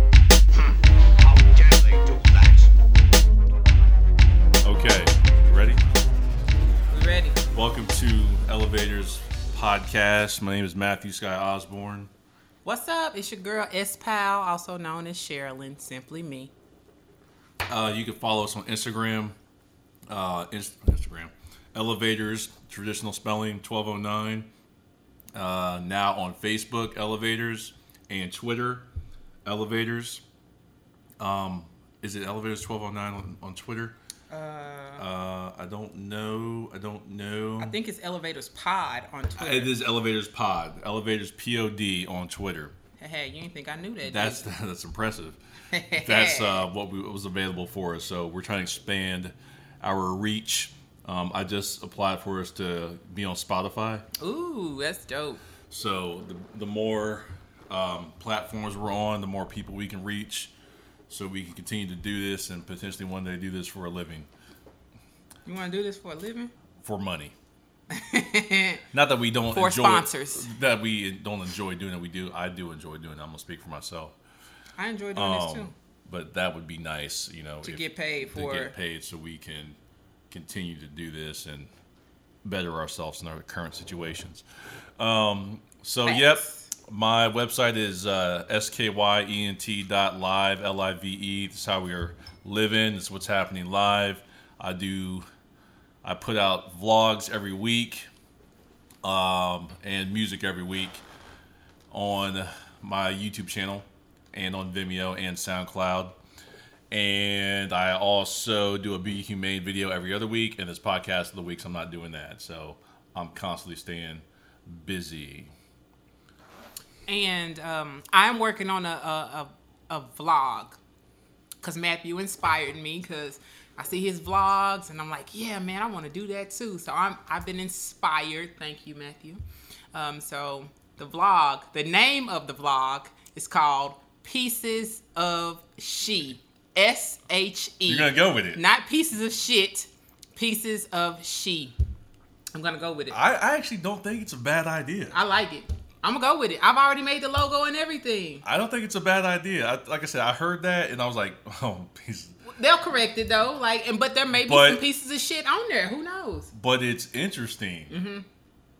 How dare they do that? Okay, ready? We ready? Welcome to Elevators Podcast. My name is Matthew Sky Osborne. What's up? It's your girl S Pal, also known as Sherilyn, simply me. Uh, you can follow us on Instagram, uh, Inst- Instagram, Elevators traditional spelling 1209. Uh, now on Facebook, Elevators, and Twitter, Elevators. Um, is it Elevators 1209 on, on Twitter? Uh, Uh, I don't know. I don't know. I think it's Elevators Pod on Twitter. it is Elevators Pod, Elevators Pod on Twitter. hey, you didn't think I knew that? That's did that's impressive. you? That's uh, what, we, what was available for us. So we're trying to expand our reach. Um, I just applied for us to be on Spotify. Ooh, that's dope. So the, the more um, platforms we're on, the more people we can reach. So we can continue to do this and potentially one day do this for a living, You want to do this for a living? for money. Not that we don't For enjoy, sponsors. That we don't enjoy doing it. We do. I do enjoy doing it. I'm gonna speak for myself. I enjoy doing this too. Um, But that would be nice, you know, To get paid to for. get paid, so we can continue to do this and better ourselves in our current situations. Um, so, yep, Facts. my website is uh, skyent dot live l i v e. This is how we are living. This is what's happening live. I do. I put out vlogs every week um, and music every week on my YouTube channel and on Vimeo and SoundCloud. And I also do a Be Humane video every other week, and this podcast of the weeks I'm not doing that. So I'm constantly staying busy. and um, I'm working on a a, a, a vlog because Matthew inspired me because I see his vlogs and I'm like, yeah, man, I want to do that too. So I'm I've been inspired. Thank you, Matthew. Um, so the vlog, the name of the vlog is called Pieces of She. S H E. You're gonna go with it. Not pieces of shit. Pieces of she. I'm gonna go with it. I, I actually don't think it's a bad idea. I like it. I'm gonna go with it. I've already made the logo and everything. I don't think it's a bad idea. I, like I said, I heard that and I was like, oh, peace. They'll correct it though, like, and but there may be But- some pieces of shit on there. Who knows? but it's interesting.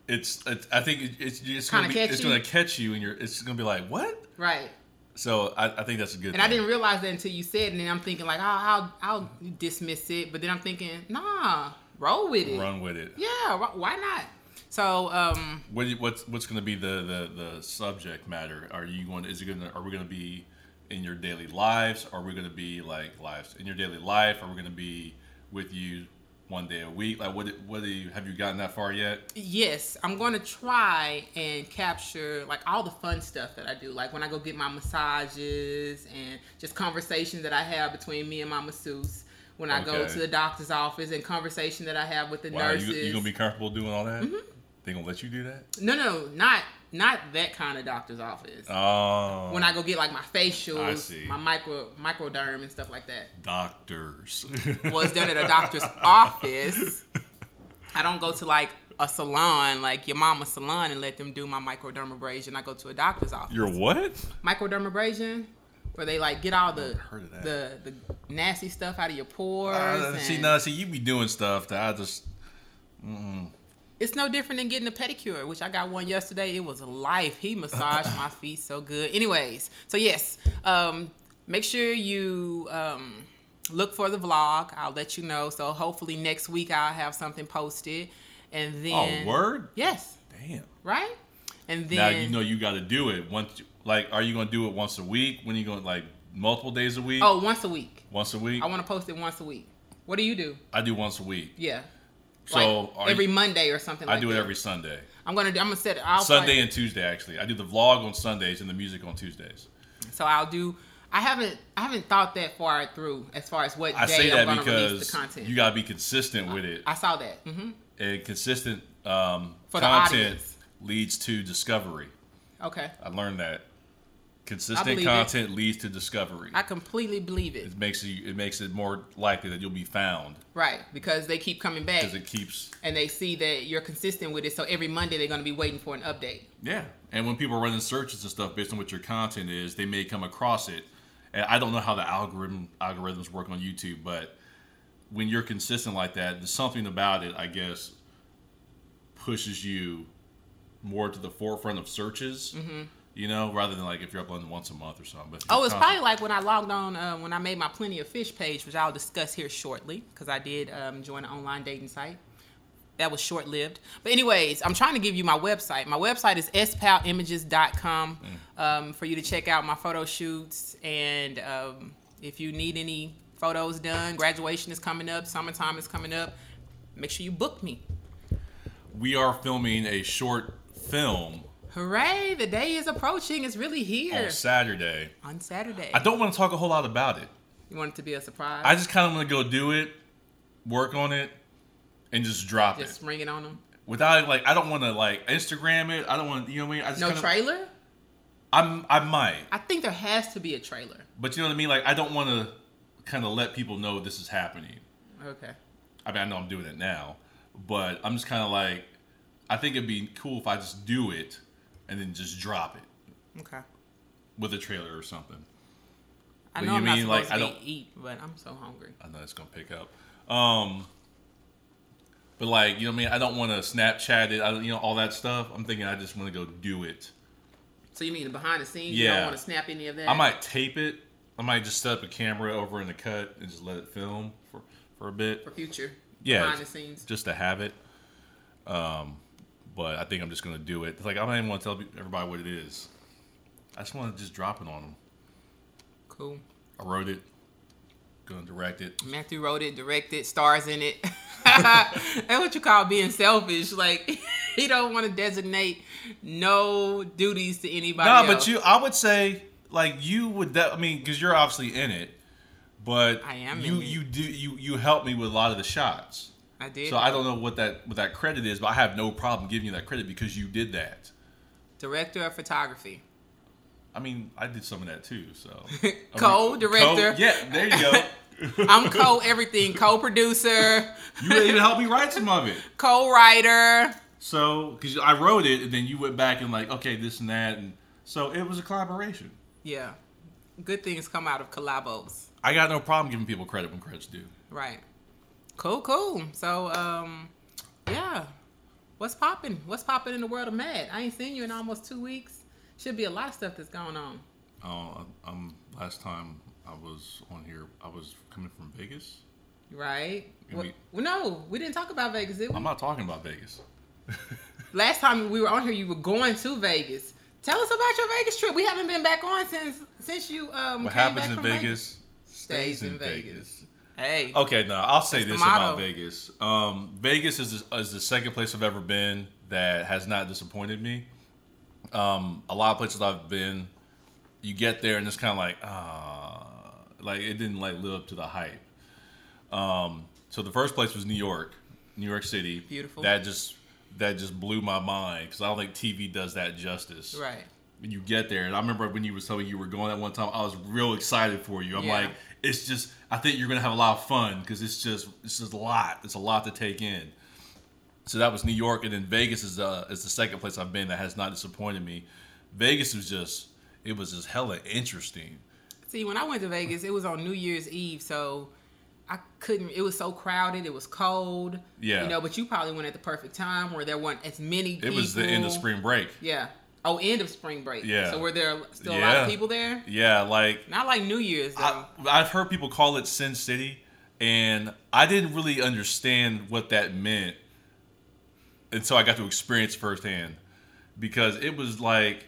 It's, it's. I think it, it's it's gonna Mm-hmm. Kinda be, it's catchy. gonna catch you, and you're it's gonna be like what? Right. So I, I think that's a good. And I didn't realize that until you said, it, and then I'm thinking like, oh, I'll I'll dismiss it, but then I'm thinking, nah, roll with it. run with it. Yeah, wh- why not? So, um, What do you- what's what's gonna be the, the the subject matter? Are you going? Is it gonna? Are we gonna be in your daily lives? Are we gonna be like lives in your daily life? Are we gonna be with you one day a week? Like what? What do you have you gotten that far yet? yes, I'm going to try and capture like all the fun stuff that I do, like when I go get my massages and just conversations that I have between me and my masseuse. When I go Okay. to the doctor's office and conversation that I have with the Wow, nurses. Mm-hmm. you, you gonna be comfortable doing all that? They gonna let you do that? No, no, not not that kind of doctor's office. Oh, when I go get like my I see. facials, my micro microderm and stuff like that. doctors. Well, it's done at a doctor's office. I don't go to like a salon, like your mama's salon, and let them do my microdermabrasion. I go to a doctor's office. Your what? microdermabrasion, where they like get all the heard of that. the the nasty stuff out of your pores. Uh, see, and now, see, you be doing stuff that I just. It's no different than getting a pedicure, which I got one yesterday. It was life. He massaged my feet so good. Anyways, so yes, um, make sure you um, look for the vlog. I'll let you know. So hopefully next week I'll have something posted, and then oh, word? yes, Damn. right, and then Now you know you got to do it once. you- Like, are you gonna do it once a week? When you going like multiple days a week? oh once a week. once a week. I I, want to post it once a week. What do you do? do once a week. Yeah, So Like, are every you, Monday or something. I like do it that. every Sunday. I'm gonna do- I'm gonna set it. I'll Sunday probably- and Tuesday actually. I do the vlog on Sundays and the music on Tuesdays. So I'll do. I haven't I haven't thought that far through as far as what I day say I'm that gonna release because the content. you gotta be consistent with it, I saw that. hmm and consistent um, For the content audience. leads to discovery. Okay, I learned that I consistent believe it. content leads to discovery. I completely believe it. it makes you, it makes it more likely that you'll be found Right, because they keep coming back because it keeps and they see that you're consistent with it. So every Monday they're gonna be waiting for an update. yeah. And when people are running searches and stuff based on what your content is, they may come across it. And I don't know how the algorithm algorithms work on YouTube, but when you're consistent like that, there's something about it, I guess, pushes you more to the forefront of searches. You know, rather than like if you're uploading once a month or something. But if Mm-hmm. Oh, you're it's constant- probably like when I logged on uh, when I made my Plenty of Fish page, which I'll discuss here shortly, because I did um, join an online dating site. That was short lived. But, anyways, I'm trying to give you my website. My website is spalimages.com Mm. um, for you to check out my photo shoots. And um, if you need any photos done, graduation is coming up, summertime is coming up, make sure you book me. we are filming a short film Hooray, the day is approaching. It's really here on Saturday. on Saturday. I don't want to talk a whole lot about it. you want it to be a surprise? I just kind of want to go do it, work on it, and just drop Just it ring it on them. without like I don't want to like Instagram it. I don't want to, you know what I mean. I just No kinda, trailer? I'm I might, I think there has to be a trailer. but you know what I mean. Like I don't want to kind of let people know this is happening. Okay. I mean I know I'm doing it now, but I'm just kind of like I think it'd be cool if I just do it and then just drop it Okay. with a trailer or something. I But know you I'm mean, not like, supposed I to don't- be eat, but I'm so hungry. I know it's gonna pick up. Um, but like you know, what I mean, I don't want to Snapchat it. I, don't- you know, all that stuff. I'm thinking I just want to go do it. So you mean the behind the scenes? You Yeah. don't want to snap any of that? I might tape it. I might just set up a camera over in the cut and just let it film for for a bit. For future. Yeah, Behind the scenes. just to have it. Um, but I think I'm just gonna do it. It's like I don't even want to tell pe- everybody what it is. I just want to just drop it on them. Cool. I wrote it. Gonna direct it. Matthew wrote it, directed, stars in it. That's what you call being selfish. Like he don't want to designate no duties to anybody. No, else. but you, I would say, like you would. De- I mean, because you're obviously in it, but I am You in it. you do you you help me with a lot of the shots. I did So I don't know what that what that credit is, but I have no problem giving you that credit because you did that. director of photography. I mean, I did some of that too. So Co-director. Co- yeah, there you go. I'm co everything, co producer, You even helped me write some of it. co writer. So because I wrote it, and then you went back and like, okay, this and that, and so it was a collaboration. Yeah. Good things come out of collabos. I got no problem giving people credit when credit's due. Right. Cool, cool. So, um, yeah. What's popping? What's popping in the world of mad? I ain't seen you in almost two weeks. Should be a lot of stuff that's going on. Oh, I- I'm. Last time I was on here, I was coming from Vegas. Right? And Well, we- well, no, we didn't talk about Vegas, did we? I'm not talking about Vegas. Last time we were on here, you were going to Vegas. Tell us about your Vegas trip. We haven't been back on since since you um. What came happens back in from Vegas, Oh. stays in Vegas. Hey, Okay, no, I'll say the this motto. about Vegas. Um, Vegas is is the second place I've ever been that has not disappointed me. Um, a lot of places I've been, you get there and it's kind of like, ah, like it didn't like live up to the hype. Um, so the first place was New York, New York City. Beautiful. That just that just blew my mind because I don't think TV does that justice right. when you get there. And I remember when you were telling me you were going that one time, I was real excited for you. I'm Yeah. like, it's just, I think you're gonna have a lot of fun because it's just, it's just a lot. It's a lot to take in. So that was New York, and then Vegas is uh is the second place I've been that has not disappointed me. Vegas was just, it was just hella interesting. See, when I went to Vegas, it was on New Year's Eve, so I couldn't. It was so crowded. It was cold. Yeah. You know, but you probably went at the perfect time where there weren't as many. It was the end of spring break. Yeah. Oh, end of spring break. Yeah. So were there still a lot Yeah. of people there? Yeah, like Not like New Year's though. I, I've heard people call it Sin City, and I didn't really understand what that meant until I got to experience firsthand, because it was like,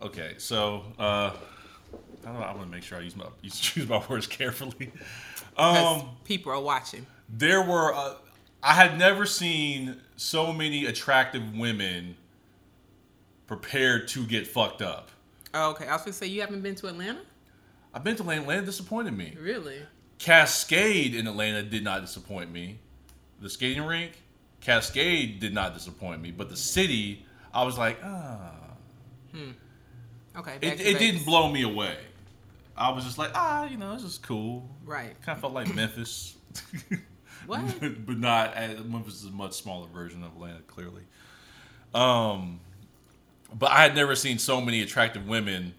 okay, so uh, I don't know. I want to make sure I use my use- choose my words carefully. 'Cause Um, people are watching. there were uh, I had never seen so many attractive women prepared to get fucked up. Oh, okay, I was gonna say you haven't been to Atlanta, I've been to Atlanta. Atlanta disappointed me. really? Cascade in Atlanta did not disappoint me. The skating rink, Cascade did not disappoint me. But the city, I was like, ah. Okay, back It, to it Vegas. didn't blow me away. I was just like, ah, you know, this is cool. Right. Kind of felt like Memphis. What? but not uh, Memphis is a much smaller version of Atlanta, clearly. Um, but I had never seen so many attractive women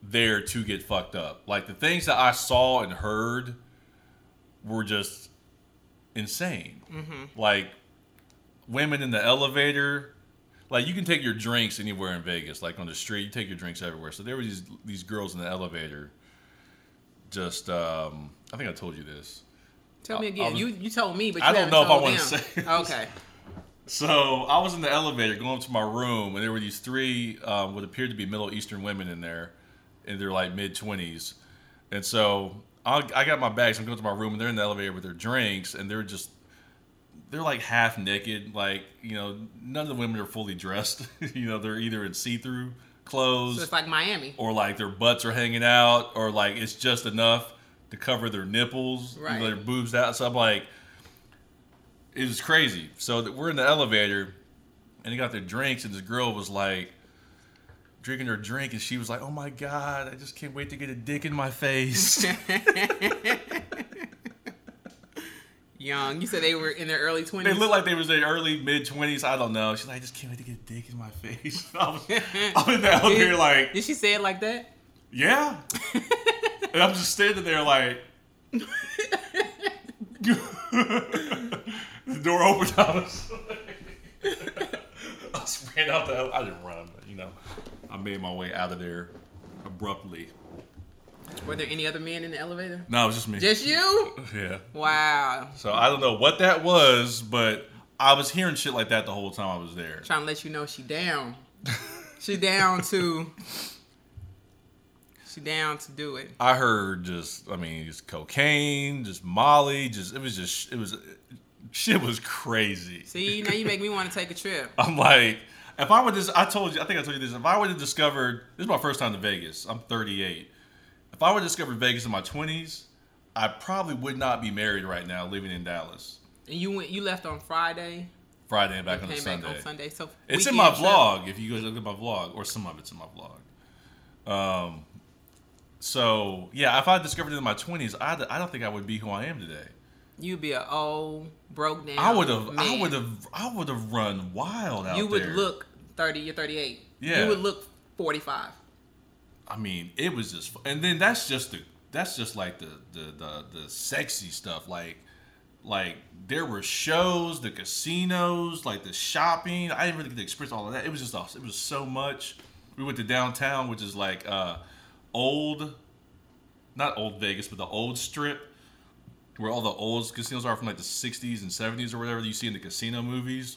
there to get fucked up. Like the things that I saw and heard were just insane. Like women in the elevator. Like you can take your drinks anywhere in Vegas, like on the street, you take your drinks everywhere. So there were these these girls in the elevator. Just, um, I think I told you this. Tell me I- I again. was- you you told me, but Um, I you don't know if haven't I told wanna them. say this. Okay, So I was in the elevator going up to my room, and there were these three um, what appeared to be Middle Eastern women in there, in their like mid twenties, and so I, I got my bags. I'm going to my room, and they're in the elevator with their drinks, and they're just they're like half naked, like you know, none of the women are fully dressed. you know, they're either in see through clothes so it's like Miami. or like their butts are hanging out, or like it's just enough to cover their nipples, you know, Right. their boobs out. So I'm like, it was crazy. So that we're in the elevator, and they got their drinks, and this girl was like drinking her drink, and she was like, "Oh my god, I just can't wait to get a dick in my face." Young. You said they were in their early They twenties. looked like they was in their early mid twenties. I don't know. She's like, I just can't wait to get a dick in my face. I was, I'm in the elevator like, Did she say it like that? Yeah. and I'm just standing there like. the door opened. I was. I just ran out the. ele- I didn't run, but you know, I made my way out of there abruptly. Were there any other men in the elevator? No, it was just me. Just you? yeah. Wow. So I don't know what that was, but I was hearing shit like that the whole time I was there. Trying to let you know she down. She down to. She down to do it. I heard just, I mean, just cocaine, just Molly, just it was just it was shit was crazy. See, now you make me want to take a trip. I'm like, if I would just, I told you, I think I told you this. If I would have discovered, this is my first time to Vegas. I'm 38. If I would have discovered Vegas in my 20s, I probably would not be married right now, living in Dallas. And you went. You left on Friday. Friday and back on Came the back Sunday. on Sunday. So It's in my weekend trip. vlog. If you guys look at my vlog, or some of it's in my vlog. Um, so yeah, if I discovered it in my 20s, I, I don't think I would be who I am today. You'd be a old, broke down. I would have, I man. would have, I would have run wild out You would there. look thirty. You're thirty-eight. Yeah. You would look forty-five. I mean, it was just, and then that's just the that's just like the the the, the sexy stuff. Like like there were shows, the casinos, like the shopping. I didn't really get to experience all of that. It was just awesome. It was so much. We went to downtown, which is like uh old, not old Vegas, but the old strip. Where all the old casinos are from like the 60s and 70s or whatever you see in the casino movies.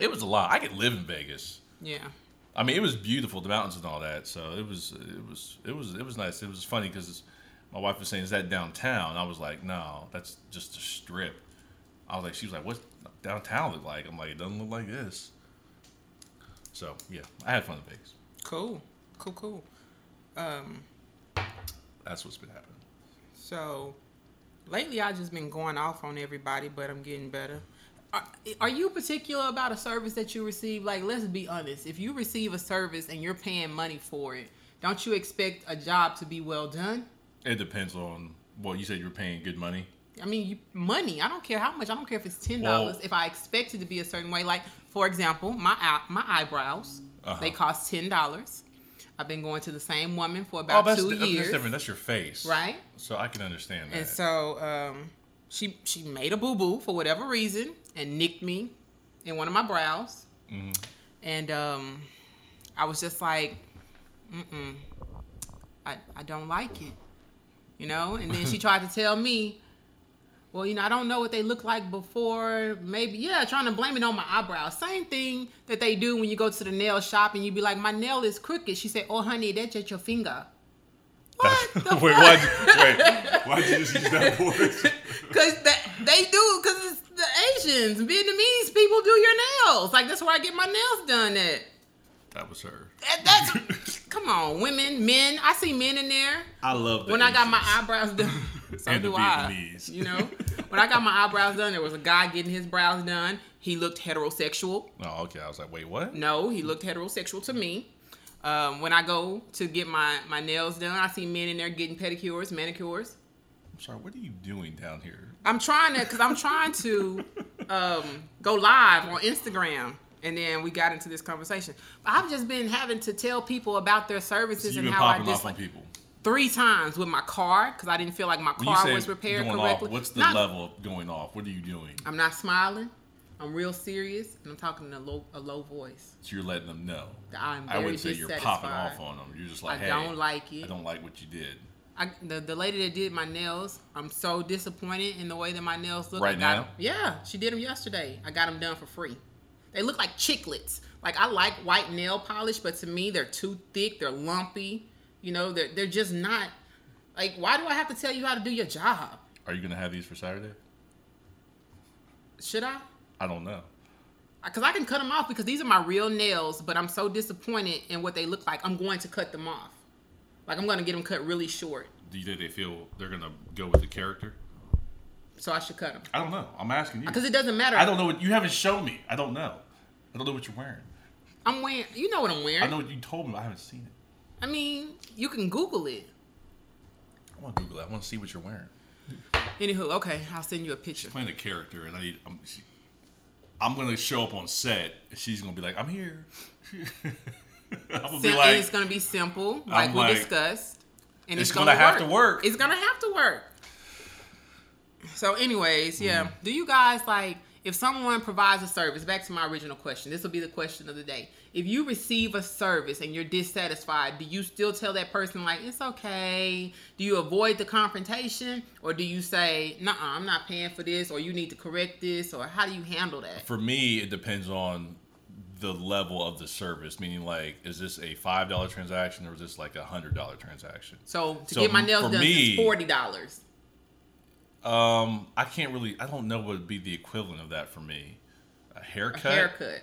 It was a lot. I could live in Vegas. Yeah. I mean, it was beautiful, the mountains and all that. So it was, it was, it was, it was nice. It was funny because my wife was saying, "Is that downtown?" I was like, "No, that's just a strip." I was like, "She was like, what's downtown look like?" I'm like, "It doesn't look like this." So yeah, I had fun in Vegas. Cool. Cool. Cool. Um. That's what's been happening. So lately, I've just been going off on everybody, but I'm getting better. Are, are you particular about a service that you receive? Like, let's be honest. If you receive a service and you're paying money for it, don't you expect a job to be well done? It depends on well, you said you were paying good money. I mean, you, money. I don't care how much. I don't care if it's ten dollars. Well- if I expect it to be a certain way, like for example, my eye- my eyebrows, Uh-huh. they cost ten dollars. I've been going to the same woman for about Oh, that's, two di- that's years, different. That's your face, right? So I can understand that. And so um, she she made a boo boo for whatever reason and nicked me in one of my brows, Mm-hmm. and um, I was just like, mm I I don't like it, you know. And then she tried to tell me. Well, you know, I don't know what they look like before. Maybe, yeah, trying to blame it on my eyebrows. Same thing that they do when you go to the nail shop and you be like, my nail is crooked. She said, oh, honey, that's just your finger. What the Wait, fuck? why'd, wait, Wait, why'd you just use that voice? Cause that they do, cause it's the Asians, Vietnamese people do your nails. Like that's where I get my nails done at. that was her. That- that's come on, women, men. I see men in there. I love the When I got my Asians. eyebrows done, so And the do I. Vietnamese. You know, when I got my eyebrows done, there was a guy getting his brows done. He looked heterosexual. Oh, okay. I was like, wait, what? No, he looked heterosexual to me. Um, when I go to get my my nails done, I see men in there getting pedicures, manicures. I'm sorry. What are you doing down here? I'm trying to, cause I'm trying to um, go live on Instagram, and then we got into this conversation. But I've just been having to tell people about their services You've been and how I popping off on dislike people. three times with my car, cause I didn't feel like my When you car say was repaired going correctly. off, what's the Not- level of going off? What are you doing? I'm not smiling. I'm real serious, and I'm talking in a low a low voice. So you're letting them know. I'm I very wouldn't say you're popping dissatisfied. off on them. You're just like, I hey, don't like I it. don't like what you did. I, the, the lady that did my nails, I'm so disappointed in the way that my nails look. I Right got now? 'em- yeah, she did them yesterday. I got them done for free. They look like chiclets. Like I like white nail polish, but to me they're too thick. They're lumpy. You know, they're they're just not. Like, why do I have to tell you how to do your job? Are you gonna have these for Saturday? Should I? I don't know. Because I can cut them off because these are my real nails, but I'm so disappointed in what they look like. I'm going to cut them off. Like I'm going to get them cut really short. Do you think they feel they're gonna go with the character? So I should cut them I don't know. I'm asking you. because it doesn't matter. I don't know what you haven't shown me. I don't know. I don't know what you're wearing. I'm wearing. You know what I'm wearing. I know what you told me. but I haven't seen it. I mean, you can Google it. I want to Google that. I want to see what you're wearing. Anywho, okay, I'll send you a picture. Playing a character, and I need. I'm, she, I'm gonna show up on set. and She's gonna be like, "I'm here." I'm gonna Sim- be and like, it's gonna be simple, like we like, discussed. And it's gonna have to work. It's gonna have to work. So, anyways, yeah. Mm-hmm. Do you guys like if someone provides a service? Back to my original question. This will be the question of the day. If you receive a service and you're dissatisfied, do you still tell that person like it's okay? Do you avoid the confrontation, or do you say, "Nah, I'm not paying for this," or "You need to correct this," or how do you handle that? for me, it depends on the level of the service. Meaning, like, is this a five dollar transaction or is this like a hundred dollar transaction? So to So get my m- nails for done me- is forty dollars. Um, I can't really. I don't know what would be the equivalent of that for me. A haircut. Haircut.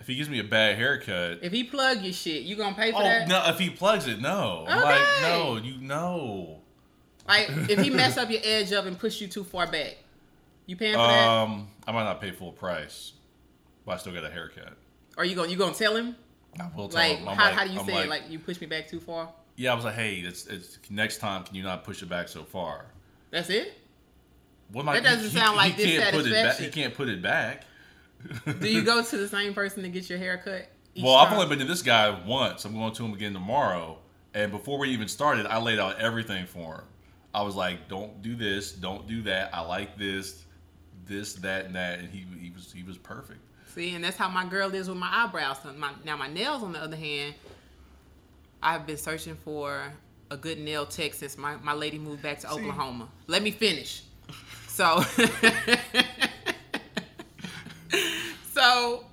If he gives me a bad haircut. If he plug your shit, you gonna pay for Oh that? no! If he plugs it, no. I'm Like Okay. no, you know. Like if he mess up your edge up and push you too far back, you paying for that? Um, I might not pay full price, but I still got a haircut. Or you gonna you gonna tell him? I will tell Like him. how, I'm how do you I'm say it? Like you push me back too far? yeah, I was like, hey, it's it's next time. Can you not push it back so far? That's it. What am I- That doesn't sound like can't put it back. dissatisfaction. He can't put it back. Do you go to the same person to get your hair cut? each Well, I've time? only been to this guy once. I'm going to him again tomorrow. And before we even started, I laid out everything for him. I was like, "Don't do this. Don't do that. I like this, this, that, and that." And he he was he was perfect. See, and that's how my girl is with my eyebrows. So my- now my nails, on the other hand, I've been searching for a good nail tech since my, my lady moved back to Oklahoma. Let me finish. So, so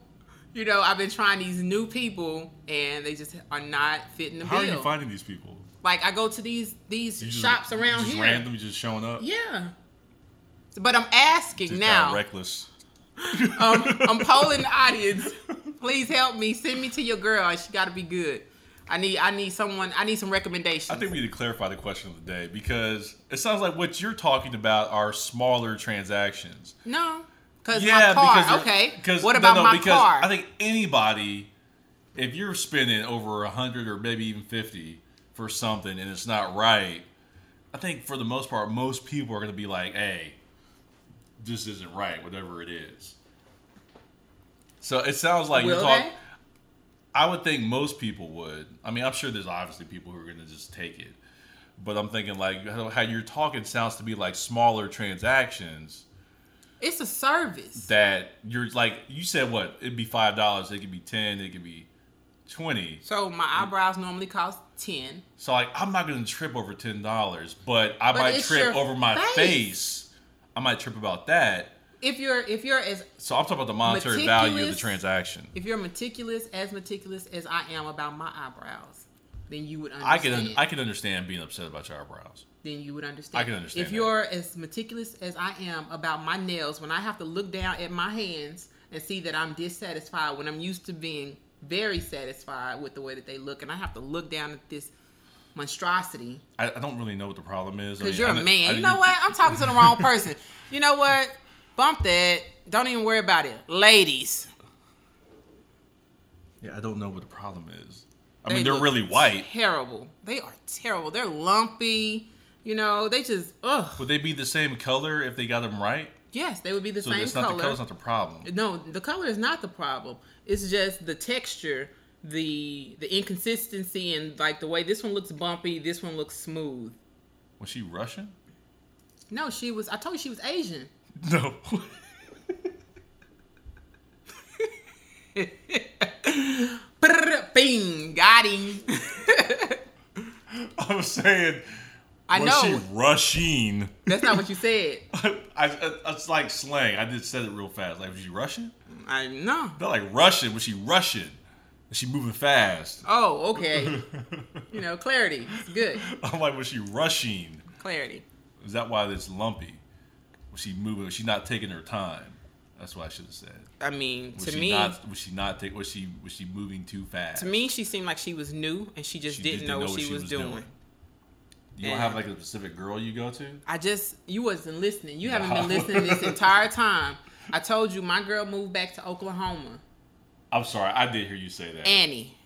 you know, I've been trying these new people, and they just are not fitting the How are bill. you finding these people? like I go to these these You just- shops around just here. randomly just showing up. Yeah. But I'm asking Just now. got reckless. Um, I'm polling the audience. Please help me. Send me to your girl. She got to be good. I need I need someone. I need some recommendations. I think we need to clarify the question of the day because it sounds like what you're talking about are smaller transactions. no, because Yeah, my car. because Okay. Because what no, about no, my because car? I think anybody, if you're spending over a hundred or maybe even fifty for something and it's not right, I think for the most part, most people are going to be like, "Hey, this isn't right, whatever it is." So it sounds like you're Will talking. they? I would think most people would. I mean, I'm sure there's obviously people who are going to just take it, but I'm thinking like how how you're talking sounds to be like smaller transactions it's a service. that you're like you said what it'd be five dollars it could be ten it could be twenty so my eyebrows normally cost ten. so like i'm not gonna trip over ten dollars but i But might it's trip your over my face. face. i might trip about that If you're if you're as so i'm talking about the monetary value of the Meticulous. transaction if you're meticulous as meticulous as I am about my eyebrows, then you would understand. I can un- I can understand being upset about your eyebrows. then you would understand. I can understand If that. you're as meticulous as I am about my nails, when I have to look down at my hands and see that I'm dissatisfied, when I'm used to being very satisfied with the way that they look, and I have to look down at this monstrosity I, I don't really know what the problem is. I because mean, you're I a kn- man. I you know knew- what? I'm talking to the wrong person. You know what? Bump that. Don't even worry about it, ladies. Yeah, I don't know what the problem is. I They mean, they're look really white. Terrible. They are terrible. They're lumpy. You know, they just ugh. Would they be the same color if they got them right? Yes, they would be the So same it's not color. the color's not the problem. No, the color is not the problem. It's just the texture, the the inconsistency, and like the way this one looks bumpy, this one looks smooth. Was she Russian? No, she was. I told you she was Asian. No. Brr, Bing, got him. I'm saying I was know she Russian? that's not what you said. I, I, it's like slang. I just said it real fast. Like was she Russian? I know. Not like Russian. Was she Russian? Was she moving fast? Oh, okay. You know, clarity. It's good. I'm like, was she rushing? Clarity. Is that why it's lumpy? Was she moving? Was she not taking her time? That's what I should have said. I mean, Was to she me, not, was she not take? Was she was she moving too fast? to me, she seemed like she was new and she just She didn't, just know what she, was, doing. You don't have like And- a specific girl you go to. I just you wasn't listening. You haven't been No. listening this entire time. I told you my girl moved back to Oklahoma. I'm sorry, I did hear you say that. Annie,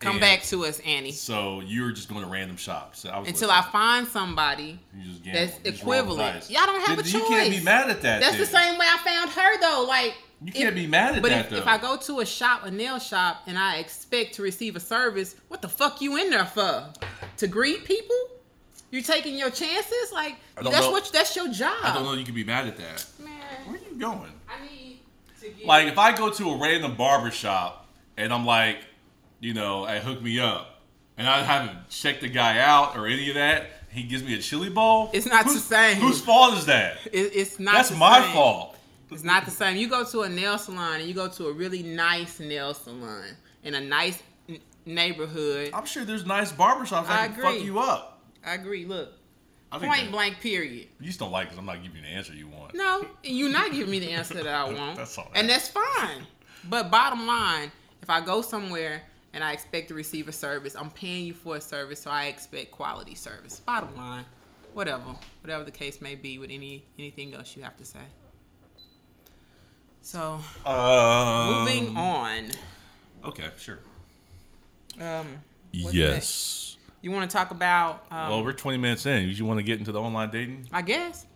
come And- back to us, Annie. so you were just going to random shops. So I was Until I listening. find somebody You just gamble. You that's just roll the equivalent. dice. Y'all don't have Then a You choice. can't be mad at that. That's the then. same way I found her though. Like You can't be mad at but that if, though. if I go to a shop, a nail shop, and I expect to receive a service, what the fuck you in there for? To greet people? You taking your chances? Like I don't that's know. what that's your job. I don't know. You can be mad at that. Man, Where are you going? I need to get Like if I go to a random barber shop and I'm like, you know, hey, hook me up, and I haven't checked the guy out or any of that. He gives me a chili bowl. It's not the Whose- same. Whose fault is that? It, it's not. That's the my same. fault. It's not the same. You go to a nail salon and you go to a really nice nail salon in a nice n- neighborhood. I'm sure there's nice barbershops that I can agree. fuck you up. I agree. Look, I think point that- blank. Period. You just don't like because I'm not giving you the answer you want. No, you're not giving me the answer that I want. That's all And right. that's fine. But bottom line, if I go somewhere and I expect to receive a service, I'm paying you for a service, so I expect quality service. Bottom line, whatever, whatever the case may be, with any anything else you have to say. So Um, moving on. Okay, sure. Um, What's Yes. You want to talk about? Um, Well, we're 20 minutes in. You want to get into the online dating? I guess.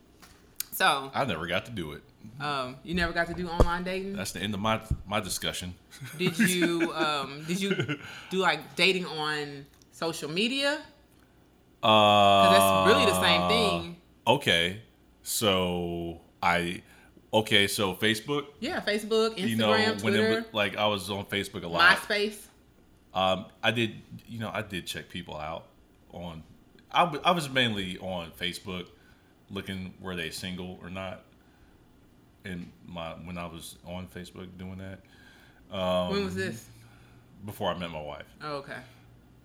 So, I never got to do it. um, you never got to do online dating. That's the end of my my discussion. Did you? Um, did you do like dating on social media? Uh, 'Cause that's really the same thing. Okay, so I okay so Facebook. Yeah, Facebook, Instagram, You know when Twitter, it was like I was on Facebook a lot. MySpace. Um, I did you know I did check people out on. I wa- I was mainly on Facebook, looking were they single or not. And my when I was on Facebook doing that when was this? before I met my wife, Oh, okay.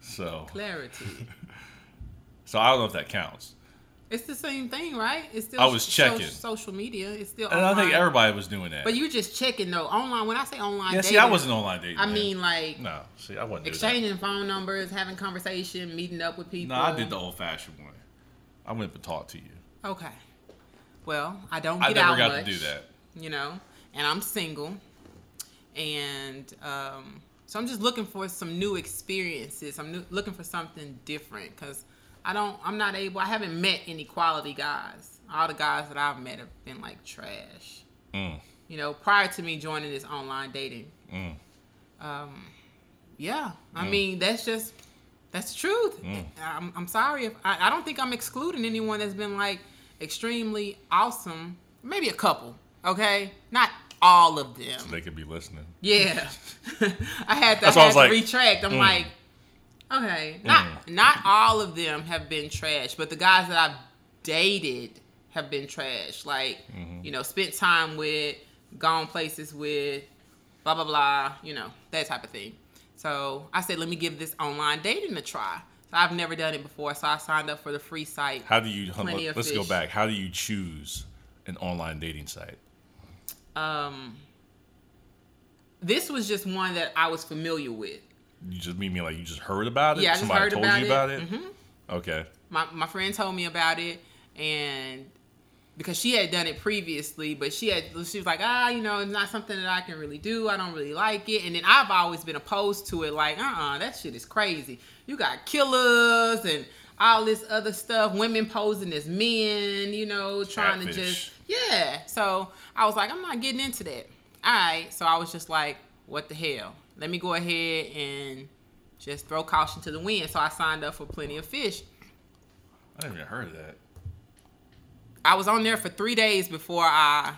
so Clarity. so I don't know if that counts. It's the same thing, right? It's still I was so- checking. social media. It's still. And I think online. everybody was doing that. But you just checking though online. When I say online, yeah, see, dating, I wasn't online dating. I man. mean like no, see, I wasn't doing that. exchanging phone numbers, having conversation, meeting up with people. No, I did the old fashioned one. I went up and talked to you. Okay. Well, I don't I get never out got much, to do that. You know, and I'm single, and um, so I'm just looking for some new experiences. I'm new, looking for something different because I don't. I'm not able. I haven't met any quality guys. All the guys that I've met have been like trash. Mm, You know, prior to me joining this online dating. Um, yeah, I mean that's just that's the truth. I'm, I'm sorry if I, I don't think I'm excluding anyone that's been like extremely awesome. Maybe a couple, okay? Not all of them. They could be listening. Yeah, I had to, I That's why I had was to like, mm. retract. I'm like, okay, not not all of them have been trash, but the guys that I've dated have been trash. Like, Mm-hmm. you know, spent time with, gone places with, blah blah blah. You know, that type of thing. So I said, let me give this online dating a try. So I've never done it before, so I signed up for the free site. How do you? Hold on, Plenty let- of let's go fish. back. How do you choose an online dating site? Um, this was just one that I was familiar with. You just mean me like you just heard about it? Yeah, I just Somebody heard told about you it. Mm-hmm. about it. Okay. my my friend told me about it and because she had done it previously but she had she was like ah you know it's not something that i can really do i don't really like it and then i've always been opposed to it like uh-uh that shit is crazy you got killers and all this other stuff women posing as men you know trying to Catfish. just yeah so i was like i'm not getting into that all right so i was just like what the hell let me go ahead and just throw caution to the wind so i signed up for plenty of fish I didn't even heard of that. I was on there for three days before I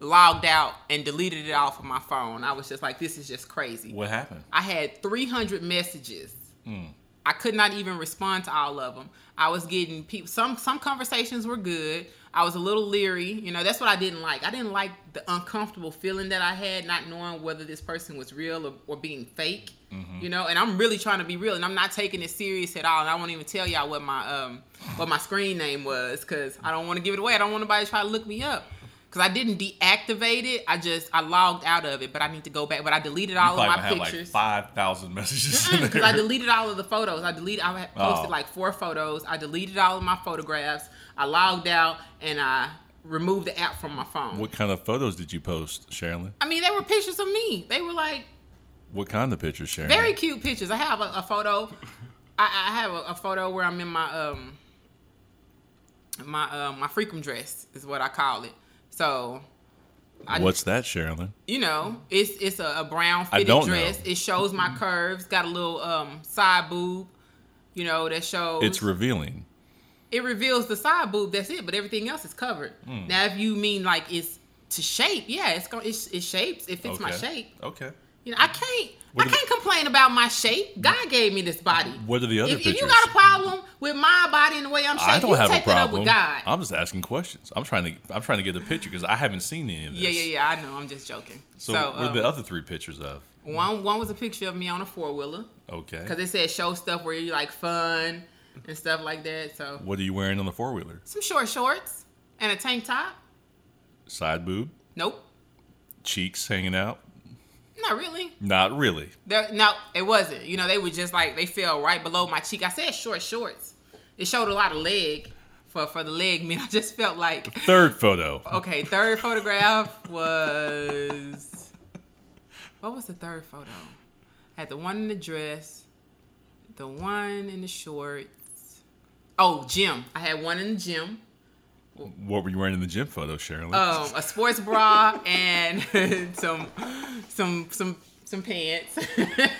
logged out and deleted it off of my phone. I was just like, this is just crazy. What happened? I had 300 messages. Hmm. I could not even respond to all of them. I was getting people. Some some conversations were good. I was a little leery. You know, that's what I didn't like. I didn't like the uncomfortable feeling that I had, not knowing whether this person was real or, or being fake. Mm-hmm. You know, and I'm really trying to be real, and I'm not taking it serious at all. And I won't even tell y'all what my um what my screen name was because I don't want to give it away. I don't want nobody to try to look me up. Cause I didn't deactivate it. I just I logged out of it, but I need to go back. But I deleted all Probably of gonna my have like pictures. five thousand messages. in because there. I deleted all of the photos. I deleted. I had posted Oh. like four photos. I deleted all of my photographs. I logged out and I removed the app from my phone. What kind of photos did you post, Sherilyn? I mean, they were pictures of me. They were like What kind of pictures, Sherilyn? very cute pictures. I have a, a photo. I, I have a, a photo where I'm in my um my um my freakum dress is what I call it. So I- What's that, Sherilyn? you know, it's it's a, a brown I fitted don't dress. know. It shows my curves. Got a little um side boob. You know that shows. It's revealing. it reveals the side boob. That's it. But everything else is covered. Hmm. Now, if you mean like it's to shape, yeah, it's going. It's, it shapes. It fits my Okay. shape. Okay. You know, I can't. What I ab- can't complain about my shape. God gave me this body. What are the other if, if you pictures? got a problem with my body and the way I'm shaped, I don't you have a take that up problem. with God. I'm just asking questions. I'm trying to. I'm trying to get the picture because I haven't seen any of this. yeah, yeah, yeah. I know. I'm just joking. So, So, what are um, the other three pictures of? one one was a picture of me on a four wheeler. Okay. Because it said show stuff where you like fun and stuff like that. So What are you wearing on the four wheeler? some short shorts and a tank top. Side boob, Nope, cheeks hanging out. not really. Not really. There, no, it wasn't. You know, they were just like they fell right below my cheek. I said short shorts. It showed a lot of leg for for the leg men. I just felt like Third photo. okay. Third photograph was what was the third photo? I had the one in the dress, the one in the shorts. Oh, gym. I had one in the gym. What were you wearing in the gym photo, Sherilyn? um, a sports bra and some some some some pants.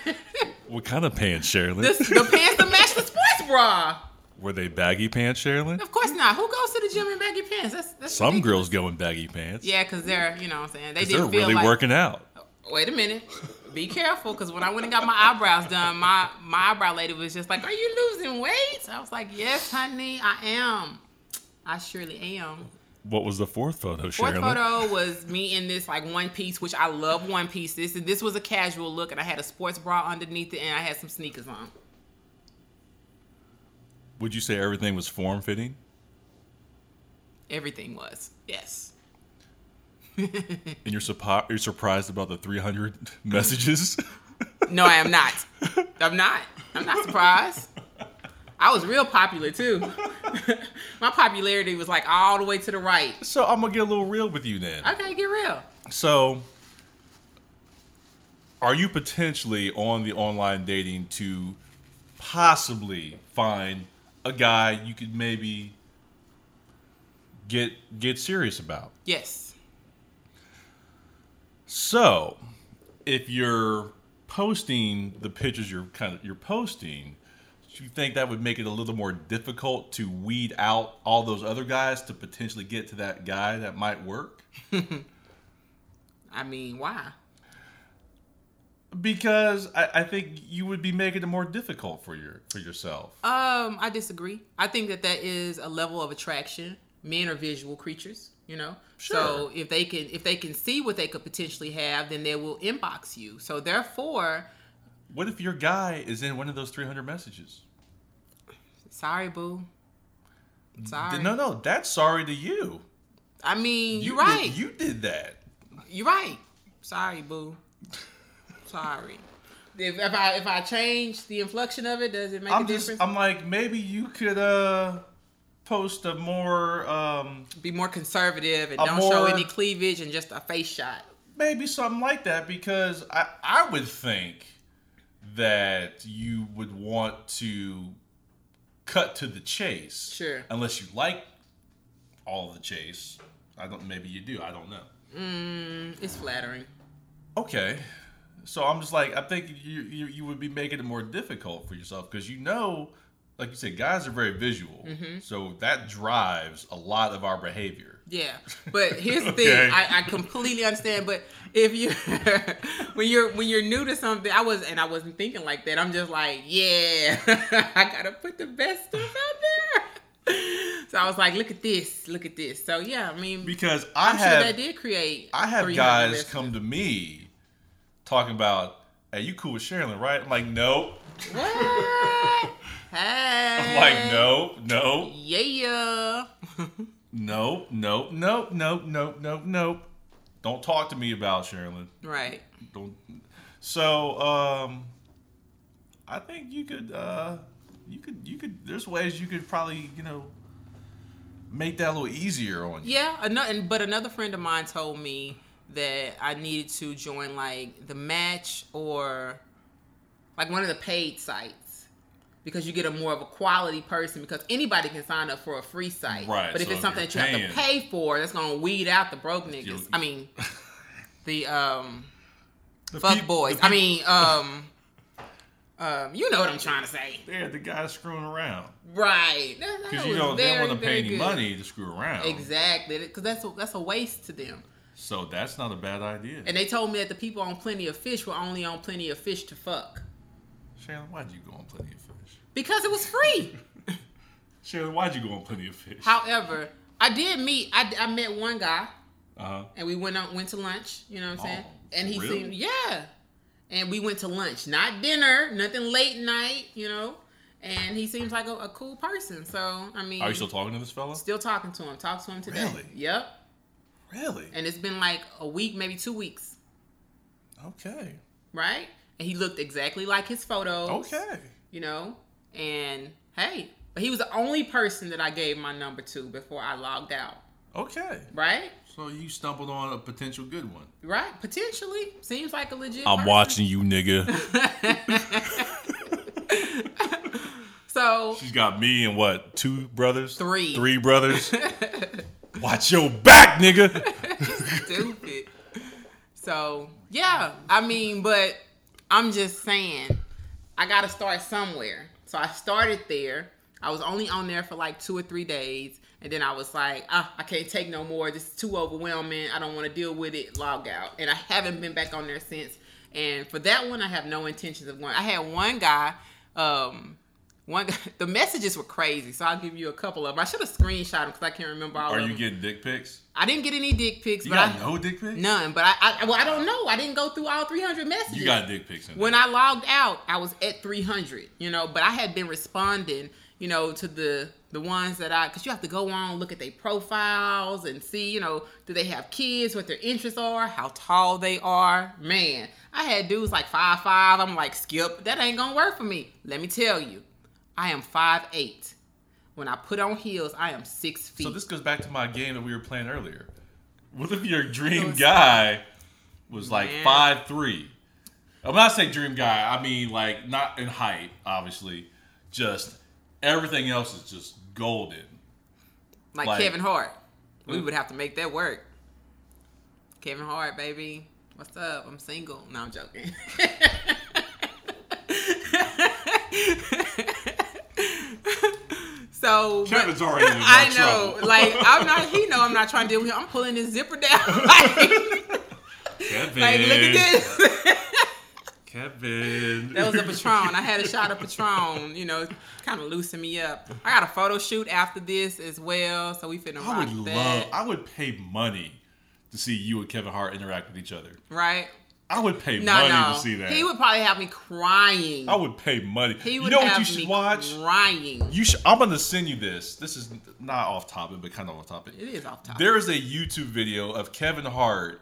what kind of pants, Sherilyn? the, the pants that match the sports bra. were they baggy pants, Sherilyn? Of course not. Who goes to the gym in baggy pants? That's, that's Some ridiculous. girls go in baggy pants. Yeah, because they're you know what I'm saying they 'Cause They're didn't feel really like. working out. Wait a minute. Be careful, because when I went and got my eyebrows done, my my eyebrow lady was just like, "Are you losing weight?" I was like, "Yes, honey, I am. I surely am." What was the fourth photo, Fourth Sherilyn? photo was me in this like one piece, which I love one pieces. And this was a casual look, and I had a sports bra underneath it, and I had some sneakers on. Would you say everything was form fitting? Everything was yes. And you're, surpri- you're surprised about the 300 messages? No, I am not. I'm not. I'm not surprised. I was real popular too. My popularity was like all the way to the right. so I'm gonna get a little real with you then. Okay, get real. So, are you potentially on the online dating to possibly find a guy you could maybe get get serious about? Yes. So, if you're posting the pictures you're kind of you're posting, do you think that would make it a little more difficult to weed out all those other guys to potentially get to that guy that might work? I mean, why? Because I, I think you would be making it more difficult for your for yourself. Um, I disagree. I think that that is a level of attraction. Men are visual creatures, you know. So Sure. if they can if they can see what they could potentially have, then they will inbox you. So therefore, What if your guy is in one of those 300 messages? Sorry, boo. Sorry. No, no, that's sorry to you. I mean, You you're did- right. you did that. You're right. Sorry, boo. Sorry. If, if I if I change the inflection of it, does it make I'm a just, difference? I'm like, maybe you could uh post a more, um Be more conservative and A don't show more- any cleavage and just a face shot. maybe something like that because I, I would think that you would want to cut to the chase. Sure. Unless you like all the chase. I don't. Maybe you do. I don't know. Mm, It's flattering. Okay. So I'm just like I think you you, you would be making it more difficult for yourself because you know, like you said, guys are very visual. Mm-hmm. So that drives a lot of our behavior. Yeah, but here's the Okay. thing. I, I completely understand. But if you, when you're when you're new to something, I was and I wasn't thinking like that. I'm just like, yeah, I gotta put the best stuff out there. So I was like, look at this, look at this. So yeah, I mean, Because I I'm sure have that did create. I have 300 guys messages. come to me talking about, "Hey, you cool with Sherilyn, right?" I'm like, "No." What? I'm Hey. like, "No, no, Yeah. no, no, no, no, no, no, no." Don't talk to me about Sherilyn. right. Don't. So, um, I think you could, uh, you could, you could. There's ways you could probably, you know, make that a little easier on you. Yeah, another, but another friend of mine told me that I needed to join like the match or like one of the paid sites because you get a more of a quality person because anybody can sign up for a free site. Right, But if so it's if something that you you're have to pay for, that's gonna weed out the broke niggas. You'll- I mean, the um The fuck peop- boys. the I peop- mean, um, um, you know what I'm trying to say, yeah, the guy's screwing around right? That- that because you was don't. They don't very, want to very pay any good. money to screw around. Exactly, because that's a, that's a waste to them. So that's not a bad idea. And they told me that the people on Plenty of Fish were only on Plenty of Fish to fuck Shaylin, why'd you go on Plenty of Fish? because it was free. Shaylin, why'd you go on Plenty of Fish? However, I did meet I, I met one guy uh-huh. and we went out went to lunch. You know what I'm saying? Oh, and he really? seemed yeah. And we went to lunch, not dinner, nothing late night. You know. And he seems like a, a cool person. So I mean, Are Oh, you still talking to this fella? still talking to him? Talked to him today. Really? Yep. Really? And it's been like a week, maybe two weeks, Okay. right? And he looked exactly like his photos. Okay. you know and hey but he was the only person that i gave my number to before i logged out Okay. right So you stumbled on a potential good one. right potentially seems like a legit I'm person. watching you, nigga. so She's got me and what? Two brothers? Three. Three brothers. Watch your back, nigga. stupid so yeah i mean but i'm just saying i gotta start somewhere so i started there i was only on there for like two or three days and then i was like ah, i can't take no more this is too overwhelming i don't want to deal with it log out and i haven't been back on there since and for that one i have no intentions of going i had one guy um one guy, the messages were crazy so i'll give you a couple of them i should have screenshot them because i can't remember all Are of you them. getting dick pics? i didn't get any dick pics You but got I, no dick pics? None, but I, I well, I don't know. I didn't go through all 300 messages. You got dick pics in when there. I logged out, I was at 300, you know, but I had been responding, you know, to the the ones that I cuz you have to go on look at their profiles and see, you know, do they have kids, what their interests are, how tall they are. Man, I had dudes like five five. I'm like, "Skip, that ain't going to work for me." Let me tell you. I am five eight. When I put on heels, I am 6 feet. So this goes back to my game that we were playing earlier. What if your dream Those- guy was like Man. five three? I'm not saying dream guy. I mean like not in height, obviously. Just everything else is just golden. like, Like- mm. Kevin Hart. We would have to make that work. Kevin Hart, baby. What's up? I'm single. No, I'm joking. so but- Kevin's already in my I know. trouble. Like I'm not he know I'm not trying to deal with him. I'm pulling his zipper down. like, Kevin, like, look at this. Kevin. That was a Patron. I had a shot of Patron, you know, kind of loosen me up. I got a photo shoot after this as well, so we finna rock I would love. that. I would pay money to see you and Kevin Hart interact with each other. right? I would pay No, money no. to see that. He would probably have me crying. I would pay money. he you would know have what you me should watch? crying. You should. I'm gonna send you this. This is not off topic, but kind of off topic. it is off topic. There is a YouTube video of Kevin Hart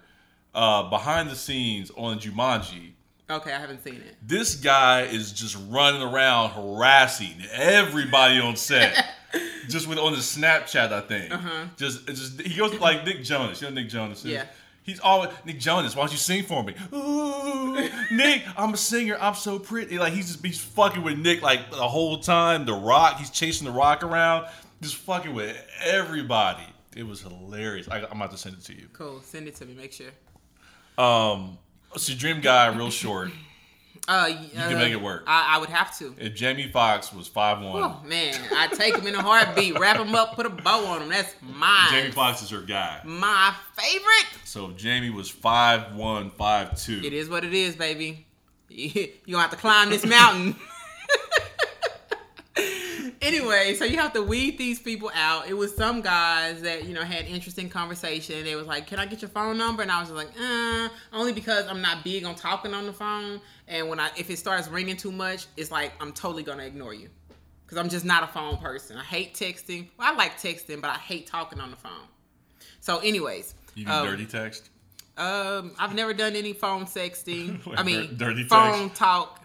uh, behind the scenes on Jumanji. okay, I haven't seen it. This guy is just running around harassing everybody on set. just with on the Snapchat, I think. Uh-huh. Just, just he goes like Nick Jonas. You know who Nick Jonas. Is? Yeah. He's always Nick Jonas. Why don't you sing for me? Ooh, Nick, I'm a singer. I'm so pretty. Like he's just he's fucking with Nick like the whole time. The Rock. He's chasing the Rock around. Just fucking with everybody. It was hilarious. I, I'm about to send it to you. Cool. Send it to me. Make sure. Um, so Dream Guy, real short. Uh, you can make it work. I, I would have to. If Jamie Foxx was five one, Oh man, I take him in a heartbeat, wrap him up, put a bow on him. That's mine. Jamie Foxx is her guy. My favorite. So if Jamie was five one, five two. It is what it is, baby. You gonna have to climb this mountain. anyway, so you have to weed these people out. It was some guys that you know had interesting conversation. They was like, "Can I get your phone number?" And I was just like, "Uh," only because I'm not big on talking on the phone. And when I if it starts ringing too much, it's like I'm totally gonna ignore you because I'm just not a phone person. I hate texting. Well, I like texting, but I hate talking on the phone. So, anyways, You do um, dirty text. um, I've never done any phone sexting. Wait, I mean, dir- dirty phone text. talk.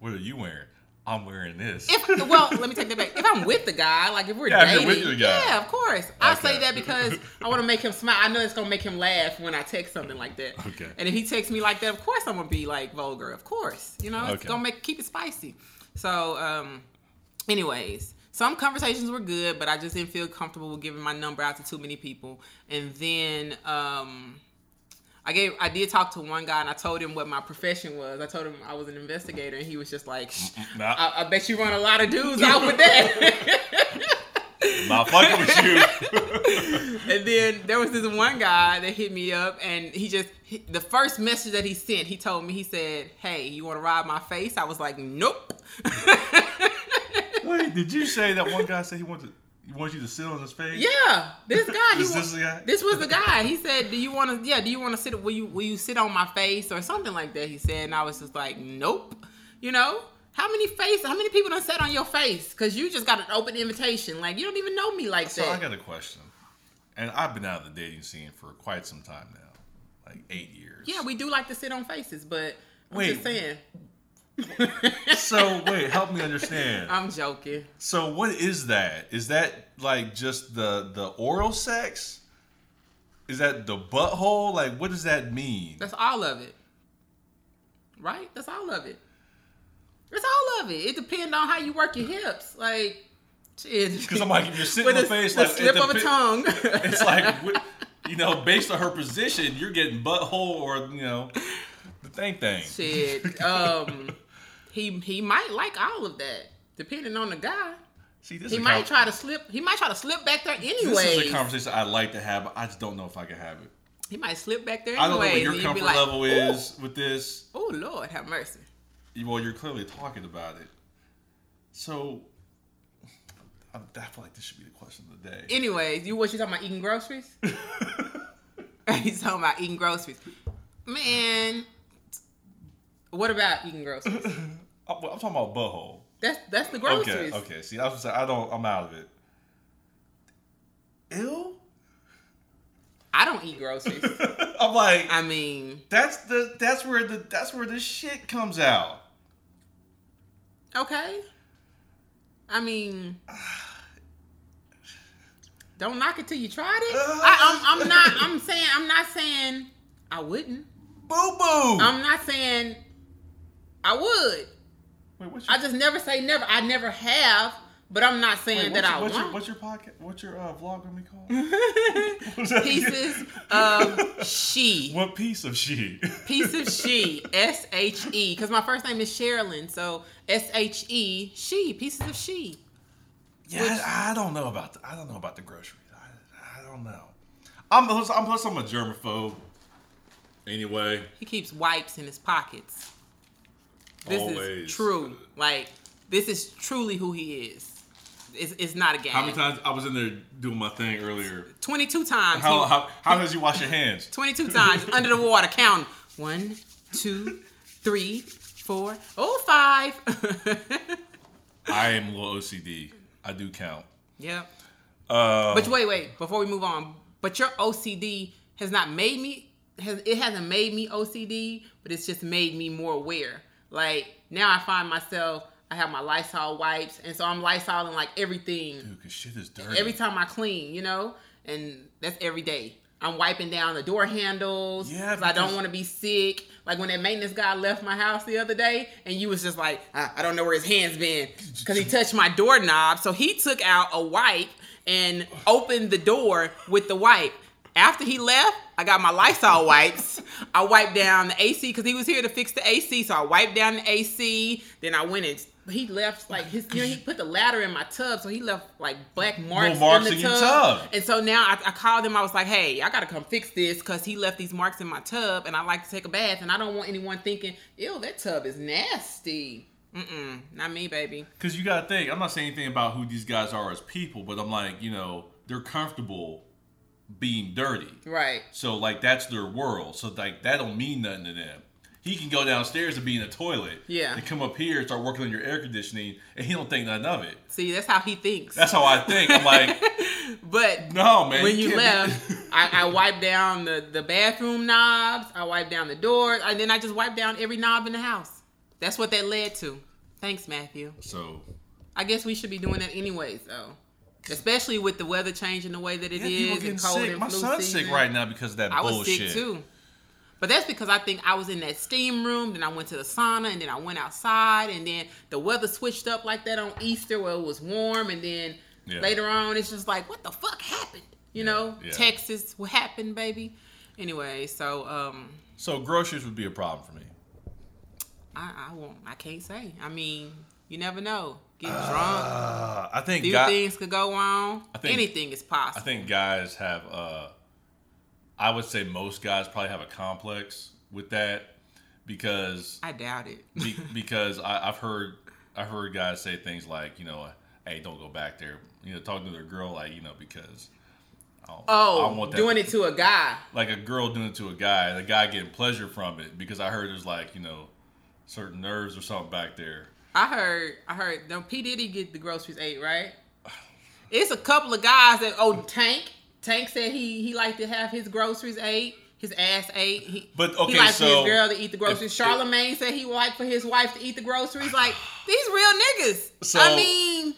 What are you wearing? I'm wearing this. If well, let me take that back. If I'm with the guy, like if we're Yeah, if dating, you're with the guy. yeah, of course. I say Okay. that because I want to make him smile. I know it's gonna make him laugh when I text something like that. Okay. And if he texts me like that, of course I'm gonna be like vulgar. Of course, you know, it's Okay. gonna make keep it spicy. So, um, anyways, some conversations were good, but I just didn't feel comfortable with giving my number out to too many people. And then, um. I gave I did talk to one guy and I told him what my profession was. I told him I was an investigator and he was just like, "Shh, Nah. I, I bet you run a lot of dudes out with that. Not fucking with you. and then there was this one guy that hit me up and he just he- the first message that he sent, he told me he said, "Hey, you want to ride my face?" I was like, "Nope." Wait, did you say that one guy said he wanted he wants you to sit on his face? Yeah, this guy. he Is wa- this the guy? This was the guy. He said, "Do you want to? Yeah, do you want to sit? Will you will you sit on my face or something like that?" He said, and I was just like, "Nope." You know how many face? How many people done sat on your face? Because you just got an open invitation. Like you don't even know me like So I that. got a question, and I've been out of the dating scene for quite some time now, like eight years. yeah, we do like to sit on faces, but I'm Wait. just saying. So wait, help me understand. I'm joking. so what is that? Is that like just the the oral sex? Is that the butthole? Like, what does that mean? That's all of it. Right? That's all of it. That's all of it. It depends on how you work your hips. Like, Because because I'm like, if you're sitting on a, face, the like, it slip of a depe- tongue. It's like, wh- you know, based on her position, you're getting butthole or you know, the thing thing. Shit. Um, he he might like all of that, depending on the guy. See, this He is a might com- try to slip. He might try to slip back there This is anyway. a conversation I like to have, but I just don't know if I can have it. he might slip back there I don't know what anyway. your comfort level is with this. Oh Lord, have mercy. Well, you're clearly talking about it. So, I, I feel like this should be the question of the day. Anyways, you what you talking about eating groceries? He's talking about eating groceries. Man, what about eating groceries? I, am talking about butthole. That's that's the Okay, groceries. okay. See, I was saying, I don't. I'm out of it. Ill. I don't eat groceries. I'm like, I mean, That's the that's where the that's where the shit comes out. Okay. I mean, don't knock it till you tried it. I, I'm, I'm not. I'm saying. I'm not saying I wouldn't. Boo boo. I'm not saying I would. Wait, what's your, I just never say never. I never have, but I'm not saying wait, that Mm-hmm. what's I your, what's, your, won't. what's your pocket? What's your uh, vlog gonna be called? What's that again? Pieces of she. What piece of she? Piece of she. S H E. Because my first name is Sherilyn, so S H E. She. Pieces of she. yeah, I, I don't know about the, I don't know about the groceries. I, I don't know. I'm plus, I'm plus I'm a germaphobe. Anyway, He keeps wipes in his pockets. This Always. is true. Like this is truly who he is. It's, it's not a game. how many times I was in there doing my thing earlier? Twenty-two times. How he- how how does you wash your hands? Twenty-two times under the water counting. One, two, three, four, oh, five. I am a little OCD. I do count. yep. Uh, But wait, wait, before we move on, but your OCD has not made me has it hasn't made me OCD, but it's just made me more aware. Like now I find myself I have my Lysol wipes and so I'm Lysoling like everything dude, 'cause shit is dirty. every time I clean, you know? And that's every day. I'm wiping down the door handles Yeah, I because- don't want to be sick. Like when that maintenance guy left my house the other day, and you was just like, I, I don't know where his hands been because he touched my doorknob. So he took out a wipe and opened the door with the wipe. After he left, I got my Lysol wipes. I wiped down the AC because he was here to fix the AC. So I wiped down the AC. Then I went and he left like his. You know, he put the ladder in my tub, so he left like black marks, marks in in the your tub. tub. And so now I, I called him. I was like, "Hey, I gotta come fix this because he left these marks in my tub, and I like to take a bath, and I don't want anyone thinking, ew, that tub is nasty." Mm-mm, not me, baby. Because you gotta think, I'm not saying anything about who these guys are as people, but I'm like, you know, they're comfortable being dirty. Right. So like that's their world. So like that don't mean nothing to them. He can go downstairs and be in a toilet. Yeah. And come up here and start working on your air conditioning and he don't think nothing of it. See, that's how he thinks. That's how I think. I'm like, but no man. when you can't be- left, I, I wiped down the, the bathroom knobs, I wiped down the door, and then I just wiped down every knob in the house. That's what that led to. Thanks, Matthew. So I guess we should be doing that anyways, though. Especially with the weather changing the way that it yeah, is, people getting and cold sick. and My flu son's season. sick right now because of that I was bullshit. sick too. But that's because I think I was in that steam room, then I went to the sauna, and then I went outside, and then the weather switched up like that on Easter where it was warm, and then Yeah. later on it's just like, what the fuck happened? You know, yeah. Texas, what happened, baby? Anyway, so um, So groceries would be a problem for me. I, I won't, I can't say. I mean, you never know. Get drunk, Uh, I think few guy- things could go on. I think- Anything is I possible. think guys have uh I would say most guys probably have a complex with that because I doubt it. be, because I, I've heard I've heard guys say things like, you know, hey, don't go back there. You know, talking to their girl like, you know, because I don't, I don't Oh, want that. doing it to a guy. like a girl doing it to a guy, and the guy getting pleasure from it because I heard there's like, you know, certain nerves or something back there. I heard, I heard. No, P Diddy get the groceries ate right. It's a couple of guys that. Oh, Tank. Tank said he he liked to have his groceries ate, his ass ate. He, But, okay, he liked so for his girl to eat the groceries. if- Charlemagne said he liked for his wife to eat the groceries. Like these real niggas. So- I mean,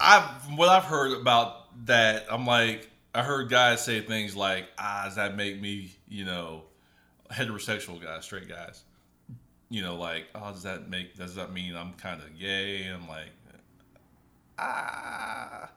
I from what I've heard about that, I'm like I heard guys say things like, "Ah, does that make me, you know, heterosexual guys, straight guys?" You know, like, "Oh, does that make does that mean I'm kind of gay?" And I'm like, "Ah,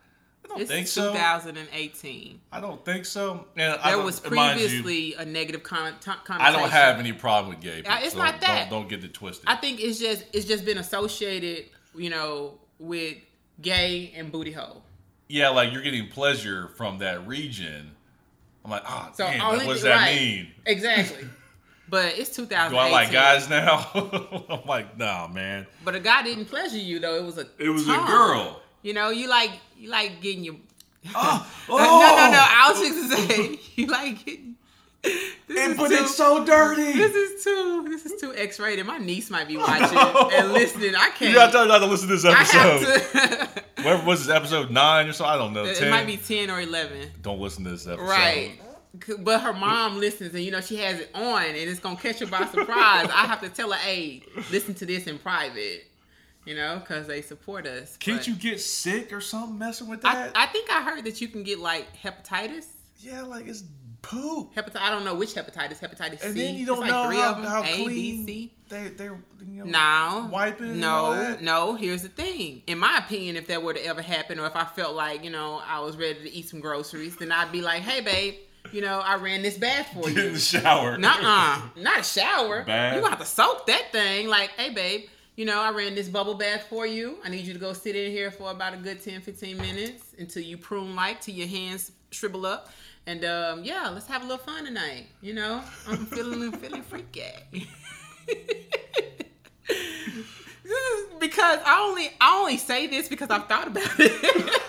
I don't this think is so. 2018. I don't think so." And I There don't- was and mind you, previously a negative comment. connotation. I don't have any problem with gay people. it's so not that. Don't, don't get it twisted. I think it's just it's just been associated, you know, with gay and booty hole. yeah, like you're getting pleasure from that region. I'm like, ah, So damn, only what does thing- that right. mean? Exactly. but it's 2018. Do I like guys now? I'm like, nah, man. But a guy didn't pleasure you though. It was a. It was tongue. a girl. You know, you like you like getting your. Oh, Uh, No, no, no. I was just gonna say you like getting. This is too- so dirty. This is too. This is too X-rated. My niece might be watching and listening. I You're can't. not telling me not to listen to this I have episode. to. Whatever was this episode nine or so? I don't know. it ten. might be ten or eleven. Don't listen to this episode. Right. C- But her mom listens, and you know she has it on, and it's gonna catch her by surprise. I have to tell her, "Hey, listen to this in private," you know, because they support us. Can't But you get sick or something messing with I, that? I think I heard that you can get like hepatitis. yeah, like it's poop. Hepatitis. I don't know which hepatitis. Hepatitis C. And then you It's don't like know three how, of them, how A, B, clean C. they they're you know, No. wiping. and all No, that. no. Here's the thing. In my opinion, if that were to ever happen, or if I felt like you know I was ready to eat some groceries, then I'd be like, "Hey, babe, you know I ran this bath for Get you." in the shower. Nuh-uh. Not a shower. Bath. You gonna have to soak that thing. Like, hey babe, you know, I ran this bubble bath for you. I need you to go sit in here for about a good 10, 15 minutes until you prune like till your hands shrivel up. And um, yeah, let's have a little fun tonight. You know? I'm feeling feeling freaky. This is because I only I only say this because I've thought about it.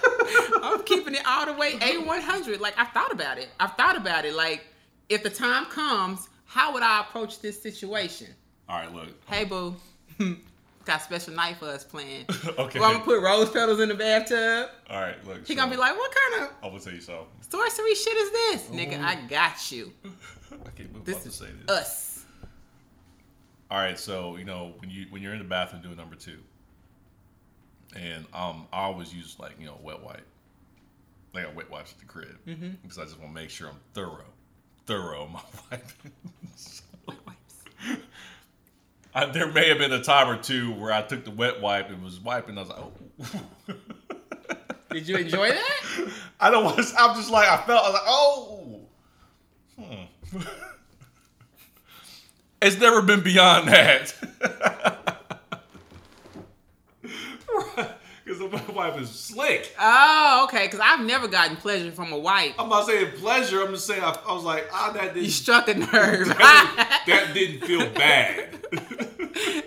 I'm keeping it all the way A100. Like I've thought about it. I've thought about it. Like if the time comes, how would I approach this situation? All right, look. Hey, boo. Got a special night for us playing. Okay. Well, I'm gonna put rose petals in the bathtub. All right, look. He gonna be like, "What kind I will tell you something. of sorcery shit is this, nigga? I got you. I can't believe I'm This about to is say this. us." All right, so you know when you when you're in the bathroom doing number two, and um, I always use like you know wet wipe, like a wet wipe at the crib because I just want to make sure I'm thorough, thorough in my wiping. So, I, there may have been a time or two where I took the wet wipe and was wiping. I was like, oh, Did you enjoy that? I don't want. to. I'm just like I felt. I was like, oh, hmm. it's never been beyond that. Because the wife is slick. Oh, okay. Because I've never gotten pleasure from a wife. Oh. I'm not saying pleasure. I'm just saying I, I was like, ah, that You didn't, struck a nerve. that didn't feel bad.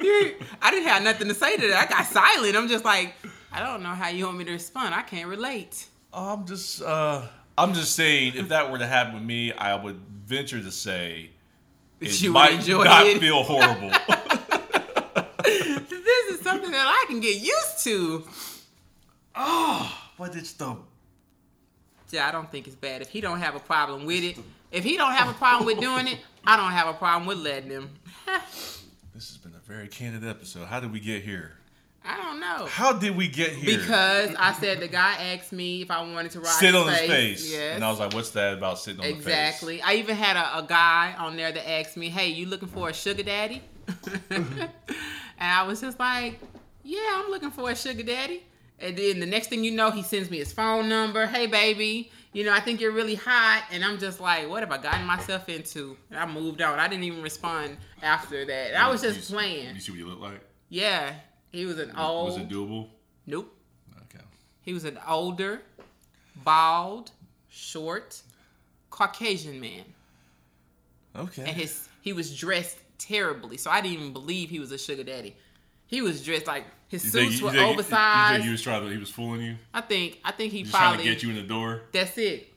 You- I didn't have nothing to say to that. I got silent. I'm just like, I don't know how you want me to respond. I can't relate. I'm just. uh I'm just saying, if that were to happen with me, I would venture to say it You would might enjoy not it. feel horrible. This is something that I can get used to. but it's the Yeah, I don't think it's bad. If he don't have a problem with it, if he don't have a problem with doing it, I don't have a problem with letting him. this has been a very candid episode. How did we get here? I don't know. How did we get here? Because I said the guy asked me if I wanted to ride sit his on his face. face. Yes. And I was like, what's that about sitting on the face? exactly. I even had a, a guy on there that asked me, "Hey, you looking for a sugar daddy?" and I was just like, "Yeah, I'm looking for a sugar daddy." And then the next thing you know, he sends me his phone number. Hey, baby, you know I think you're really hot, and I'm just like, "What have I gotten myself into?" And I moved on. I didn't even respond after that. And I was You just see- playing. Oh. You see what you look like? Yeah, he was an old. Was it doable? nope. Okay. He was an older, bald, short, Caucasian man. Okay. and his he was dressed terribly. So I didn't even believe he was a sugar daddy. He was dressed like his you suits you were think- you oversized. think he was trying to, he was fooling you? I think I think he Just trying probably to get you in the door? that's it.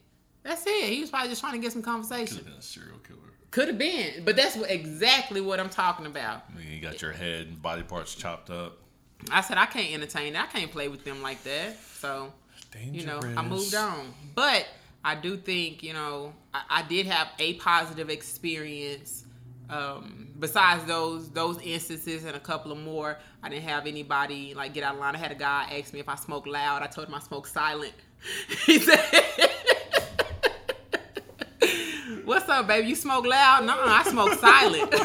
That's it. He was probably just trying to get some conversation. Been a serial killer. Could have been, but that's what, exactly what I'm talking about. I mean, you got your head and body parts chopped up. I said I can't entertain that. I can't play with them like that. So Dangerous. you know, I moved on. But I do think, you know, I, I did have a positive experience. Um, besides those those instances and a couple of more, I didn't have anybody like get out of line. I had a guy ask me if I smoke loud. I told him I smoke silent. he said, "What's up, baby? You smoke loud? No, I smoke silent."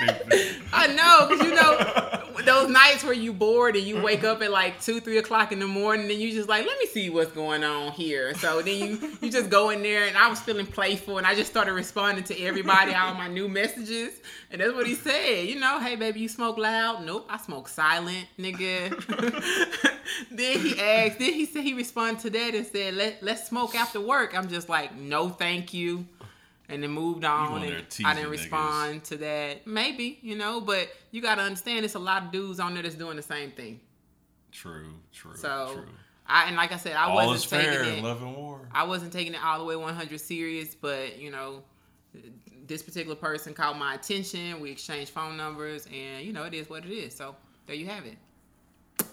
Stupid. I know, because you know those nights where you bored and you wake up at like two, three o'clock in the morning and you just like, let me see what's going on here. So then you you just go in there and I was feeling playful and I just started responding to everybody, all my new messages. And that's what he said. You know, hey baby, you smoke loud? Nope, I smoke silent, nigga. then he asked, then he said he responded to that and said, let, let's smoke after work. I'm just like, no, thank you and then moved on. going And there teasing I didn't niggas. respond to that. Maybe you know, but you got to understand, it's a lot of dudes on there that's doing the same thing. true, true, So true. I and like I said, I All is wasn't taking fair it. in love and war. I wasn't taking it all the way 100 serious, but you know, this particular person caught my attention. We exchanged phone numbers, and you know, it is what it is. So there you have it.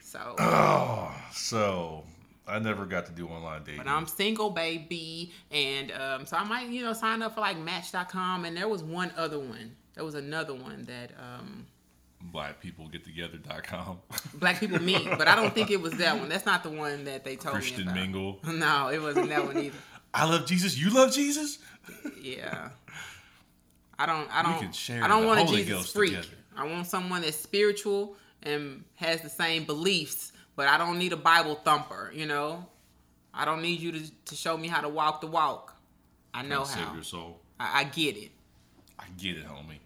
So. So, I never got to do online dating. But I'm single, baby. And um, so I might, you know, sign up for like Match.com. And there was one other one. There was another one that um, Blackpeoplegettogether.com. black people meet. but I don't think it was that one. That's not the one that they told me Christian about. Mingle. No, it wasn't that one either. I love Jesus. You love Jesus? Yeah. I don't. I don't. can share I don't the want a Holy Jesus Ghost freak. together. I want someone that's spiritual and has the same beliefs, but I don't need a Bible thumper. You know, I don't need you to, to show me how to walk the walk. I know Save how. your soul. I, I get it. I get it, homie.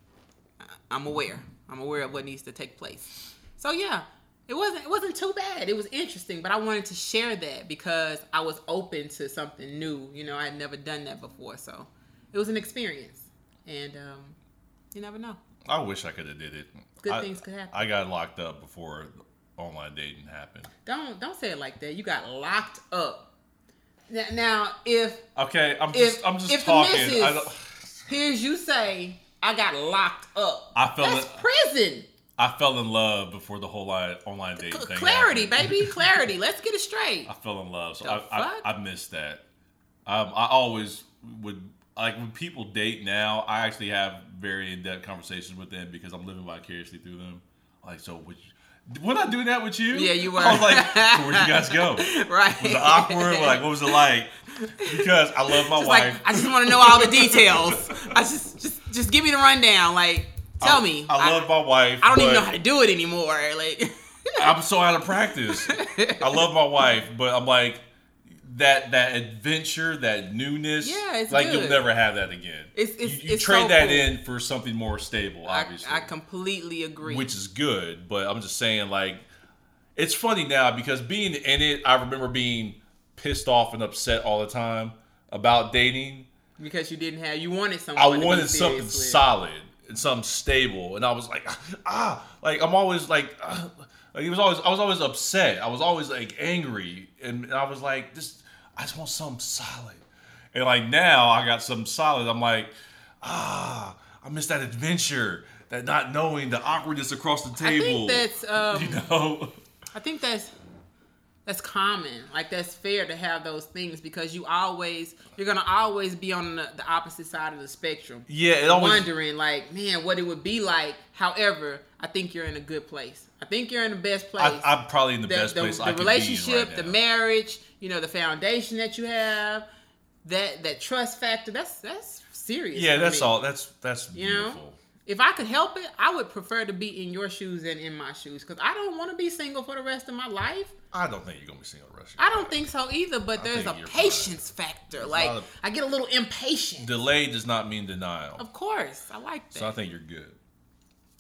I'm aware. I'm aware of what needs to take place. So yeah, it wasn't it wasn't too bad. It was interesting, but I wanted to share that because I was open to something new. You know, I had never done that before, so it was an experience. And um, you never know. I wish I could have did it. Good I- things could happen. I got locked up before online dating happened. Don't don't say it like that. You got locked up. Now, now if Okay, I'm If- just I'm just if the talking. I missus- don't, hears you say, I got locked up. I felt That's it- prison. I fell in love before the whole li- online dating C- thing. clarity, happened. baby. Clarity. Let's get it straight. I fell in love, so The I, I fuck? I missed that. Um, I always would like when people date now. I actually have very in depth conversations with them because I'm living vicariously through them. Like, so would you, would I do that with you? Yeah, you were. I was like, so where'd you guys go? Right. Was it awkward? Like, what was it like? Because I love my It's wife. like I just want to know all the details. I just just just give me the rundown. Like tell I- me. I, love my wife. I don't even but know how to do it anymore. Like I'm so out of practice. I love my wife, but I'm like that that adventure, that newness. Yeah, it's like you'll good. never have that again. It's- it's- you you it's trade so that cool. in for something more stable, I, obviously, I completely agree. which is good. But I'm just saying, like, it's funny now because being in it, I remember being pissed off and upset all the time about dating. because you didn't have you wanted someone. I to be wanted serious something with. solid and something stable, and I was like, ah, like I'm always like, ah, like it was always I was always upset. I was always like angry, and, and I was like, this, I just want something solid, and like now I got something solid. I'm like, ah, I miss that adventure, that not knowing, the awkwardness across the I table. think that's um, you know, I think that's that's common. Like that's fair to have those things because you always you're gonna always be on the, the opposite side of the spectrum. yeah, it always. wondering like, man, what it would be like. However, I think you're in a good place. I think you're in the best place. I, I'm probably in the, the, best the- place the I could relationship, be in right the now. marriage, you know, the foundation that you have, that that trust factor. That's that's serious. Yeah, for that's me. all. That's that's You know? beautiful. If I could help it, I would prefer to be in your shoes than in my shoes because I don't want to be single for the rest of my life. I don't think you're gonna be single the rest of your I don't life. think so either. But there's a think you're fine. patience factor. like lot of- I get a little impatient. Delay does not mean denial. of course, I like that. So I think you're good.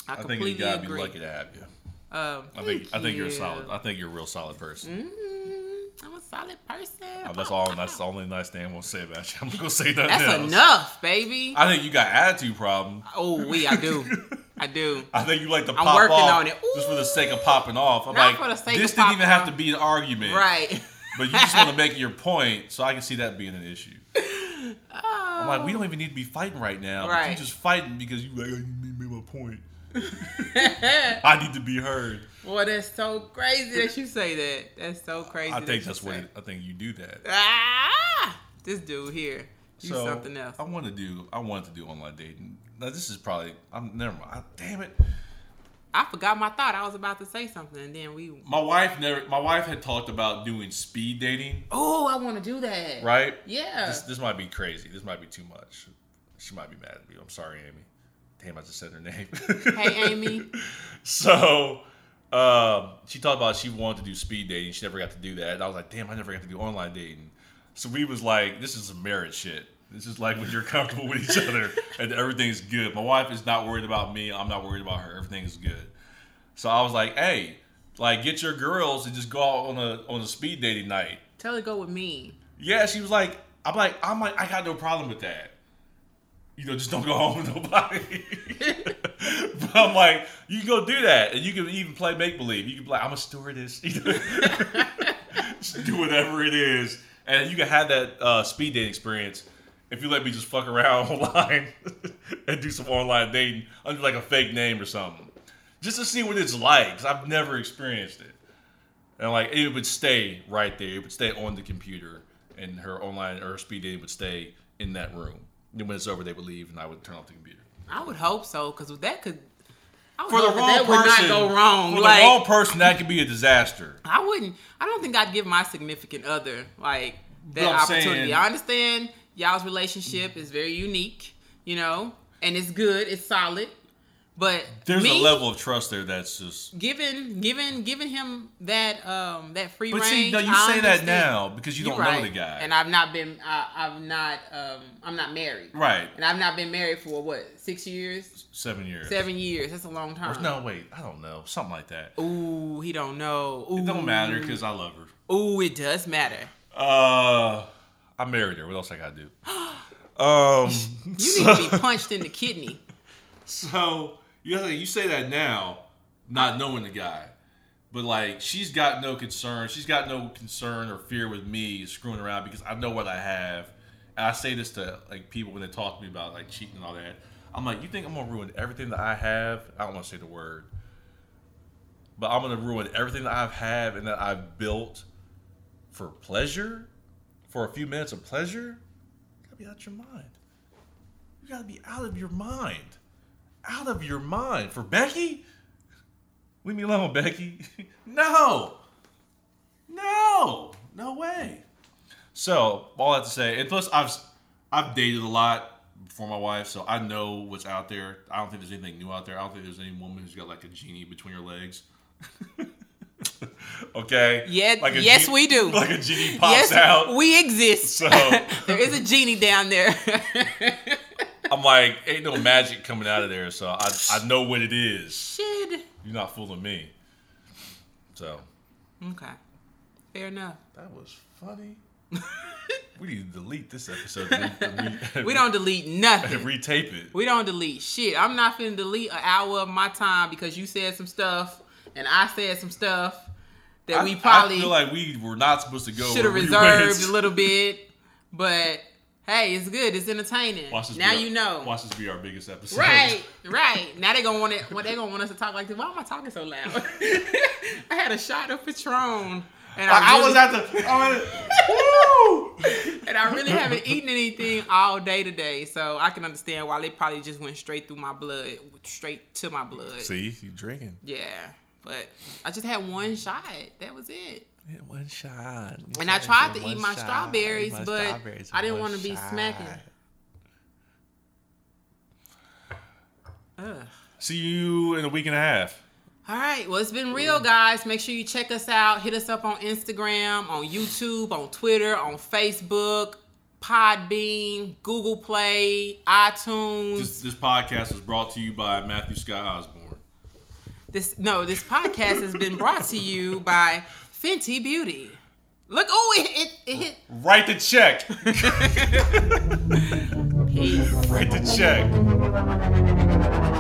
I, I think completely you gotta agree. be lucky to have you. Um, I think I think you're a thank solid. you. I think you're a real solid person. Mm, I'm a solid person. Uh, That's all. That's the only nice thing I'm gonna say about you. I'm not gonna say nothing That's else. enough, baby. I think you got attitude problem. oh, we, I do. I do. I think you like to pop working off on it. just for the sake of popping off. I'm Not like, for the sake this of didn't popping even have off. to be an argument, Right. But you just want to make your point, so I can see that being an issue. Uh, I'm like, we Oh, don't even need to be fighting right now. But you Right. just fighting because you like, you made me my point. I need to be heard. Boy, that's so crazy that you say that. That's so crazy. I that think you that's what say. it, I think you do that. Ah, this dude here. You something else. I want to do. I wanted to do online dating. Now this is probably. I'm never mind. I- damn it. I forgot my thought. I was about to say something, and then we. My wife never. My wife had talked about doing speed dating, Oh, I want to do that. right? Yeah. This, this might be crazy. This might be too much. She might be mad at me. I'm sorry, Amy. Damn, I just said her name. hey, Amy. So um, she talked about she wanted to do speed dating. She never got to do that. And I was like, damn, I never got to do online dating. So we was like, this is some marriage shit. This is like when you're comfortable with each other and everything's good. My wife is not worried about me. I'm not worried about her. Everything is good. So I was like, hey, like get your girls and just go out on a on a speed dating night. Tell her to go with me. Yeah, she was like, I'm like, I'm like, I got no problem with that. You know, just don't go home with nobody. but I'm like, you can go do that, and you can even play make believe. You can be like, I'm a stewardess. You know? just do whatever it is, and you can have that uh, speed dating experience. If you let me just fuck around online and do some online dating under like a fake name or something, just to see what it's like, because I've never experienced it. And like it would stay right there. It would stay on the computer, and her online or her speed dating would stay in that room. Then when it's over, they would leave, and I would turn off the computer. I would hope so, because that could. I would For the hope that wrong Oh, that would person, not go wrong. For like, the wrong person, that could be a disaster. I wouldn't. I don't think I'd give my significant other like that I'm saying- opportunity. I understand y'all's relationship is very unique, you know, and it's good, it's solid. But There's me, a level of trust there that's just. giving, giving, giving him that um that free But range. see, no, you I say that understand. now because you You don't right. know the guy. and I've not been. I, I've not. Um, I'm not married. right, And I've not been married for what six years, seven years. seven years. That's a long Or- time. No, wait, I don't know, something like that. Ooh, he don't know. Ooh. It don't matter because I love her. Ooh, it does matter. Uh, I married her. What else I gotta do? Um. You need to be punched in the kidney. So you know, you say that now, not knowing the guy, but like she's got no concern. She's got no concern or fear with me screwing around because I know what I have, and I say this to like people when they talk to me about like cheating and all that. I'm like, you think I'm gonna ruin everything that I have? I don't want to say the word, but I'm gonna ruin everything that I've had and that I've built for pleasure, for a few minutes of pleasure. You gotta be out your mind. You gotta be out of your mind, out of your mind. For Becky, leave me alone, Becky. no, no, no way. So all that to say, and plus I've I've dated a lot before my wife, so I know what's out there. I don't think there's anything new out there. I don't think there's any woman who's got like a genie between her legs. okay. Yeah, Like a yes, gen- we do. Like a genie pops yes, out. we exist. So- there is a genie down there. I'm like, ain't no magic coming out of there, so I I know what it is. Shit. You're not fooling me. So Okay. Fair enough. that was funny. we need to delete this episode. and re- We don't delete nothing. and retape it. We don't delete shit. I'm not finna delete an hour of my time because you said some stuff and I said some stuff that we probably I feel like we were not supposed to go. should where have we reserved went. a little bit. But hey, it's good. It's entertaining. Watch this Now be our- you know. Watch this be our biggest episode. Right, right. Now they gonna want it. What they gonna want us to talk like this? Why am I talking so loud? I had a shot of Patron, and I, I, I really, was at the. I was at, woo! and I really haven't eaten anything all day today, so I can understand why they probably just went straight through my blood, straight to my blood. See, you drinking. Yeah, but I just had one shot. That was it. Yeah, one shot. And I tried to eat my strawberries, but I didn't want to be smacking. Ugh. See you in a week and a half. All right. Well, it's been real, guys. Make sure you check us out. Hit us up on Instagram, on YouTube, on Twitter, on Facebook, Podbean, Google Play, iTunes. This, this podcast was brought to you by Matthew Scott Osborne. This no, this podcast has been brought to you by Fenty Beauty. Look, oh, it, it, it hit. Write the check. Peace. Write the check. Thank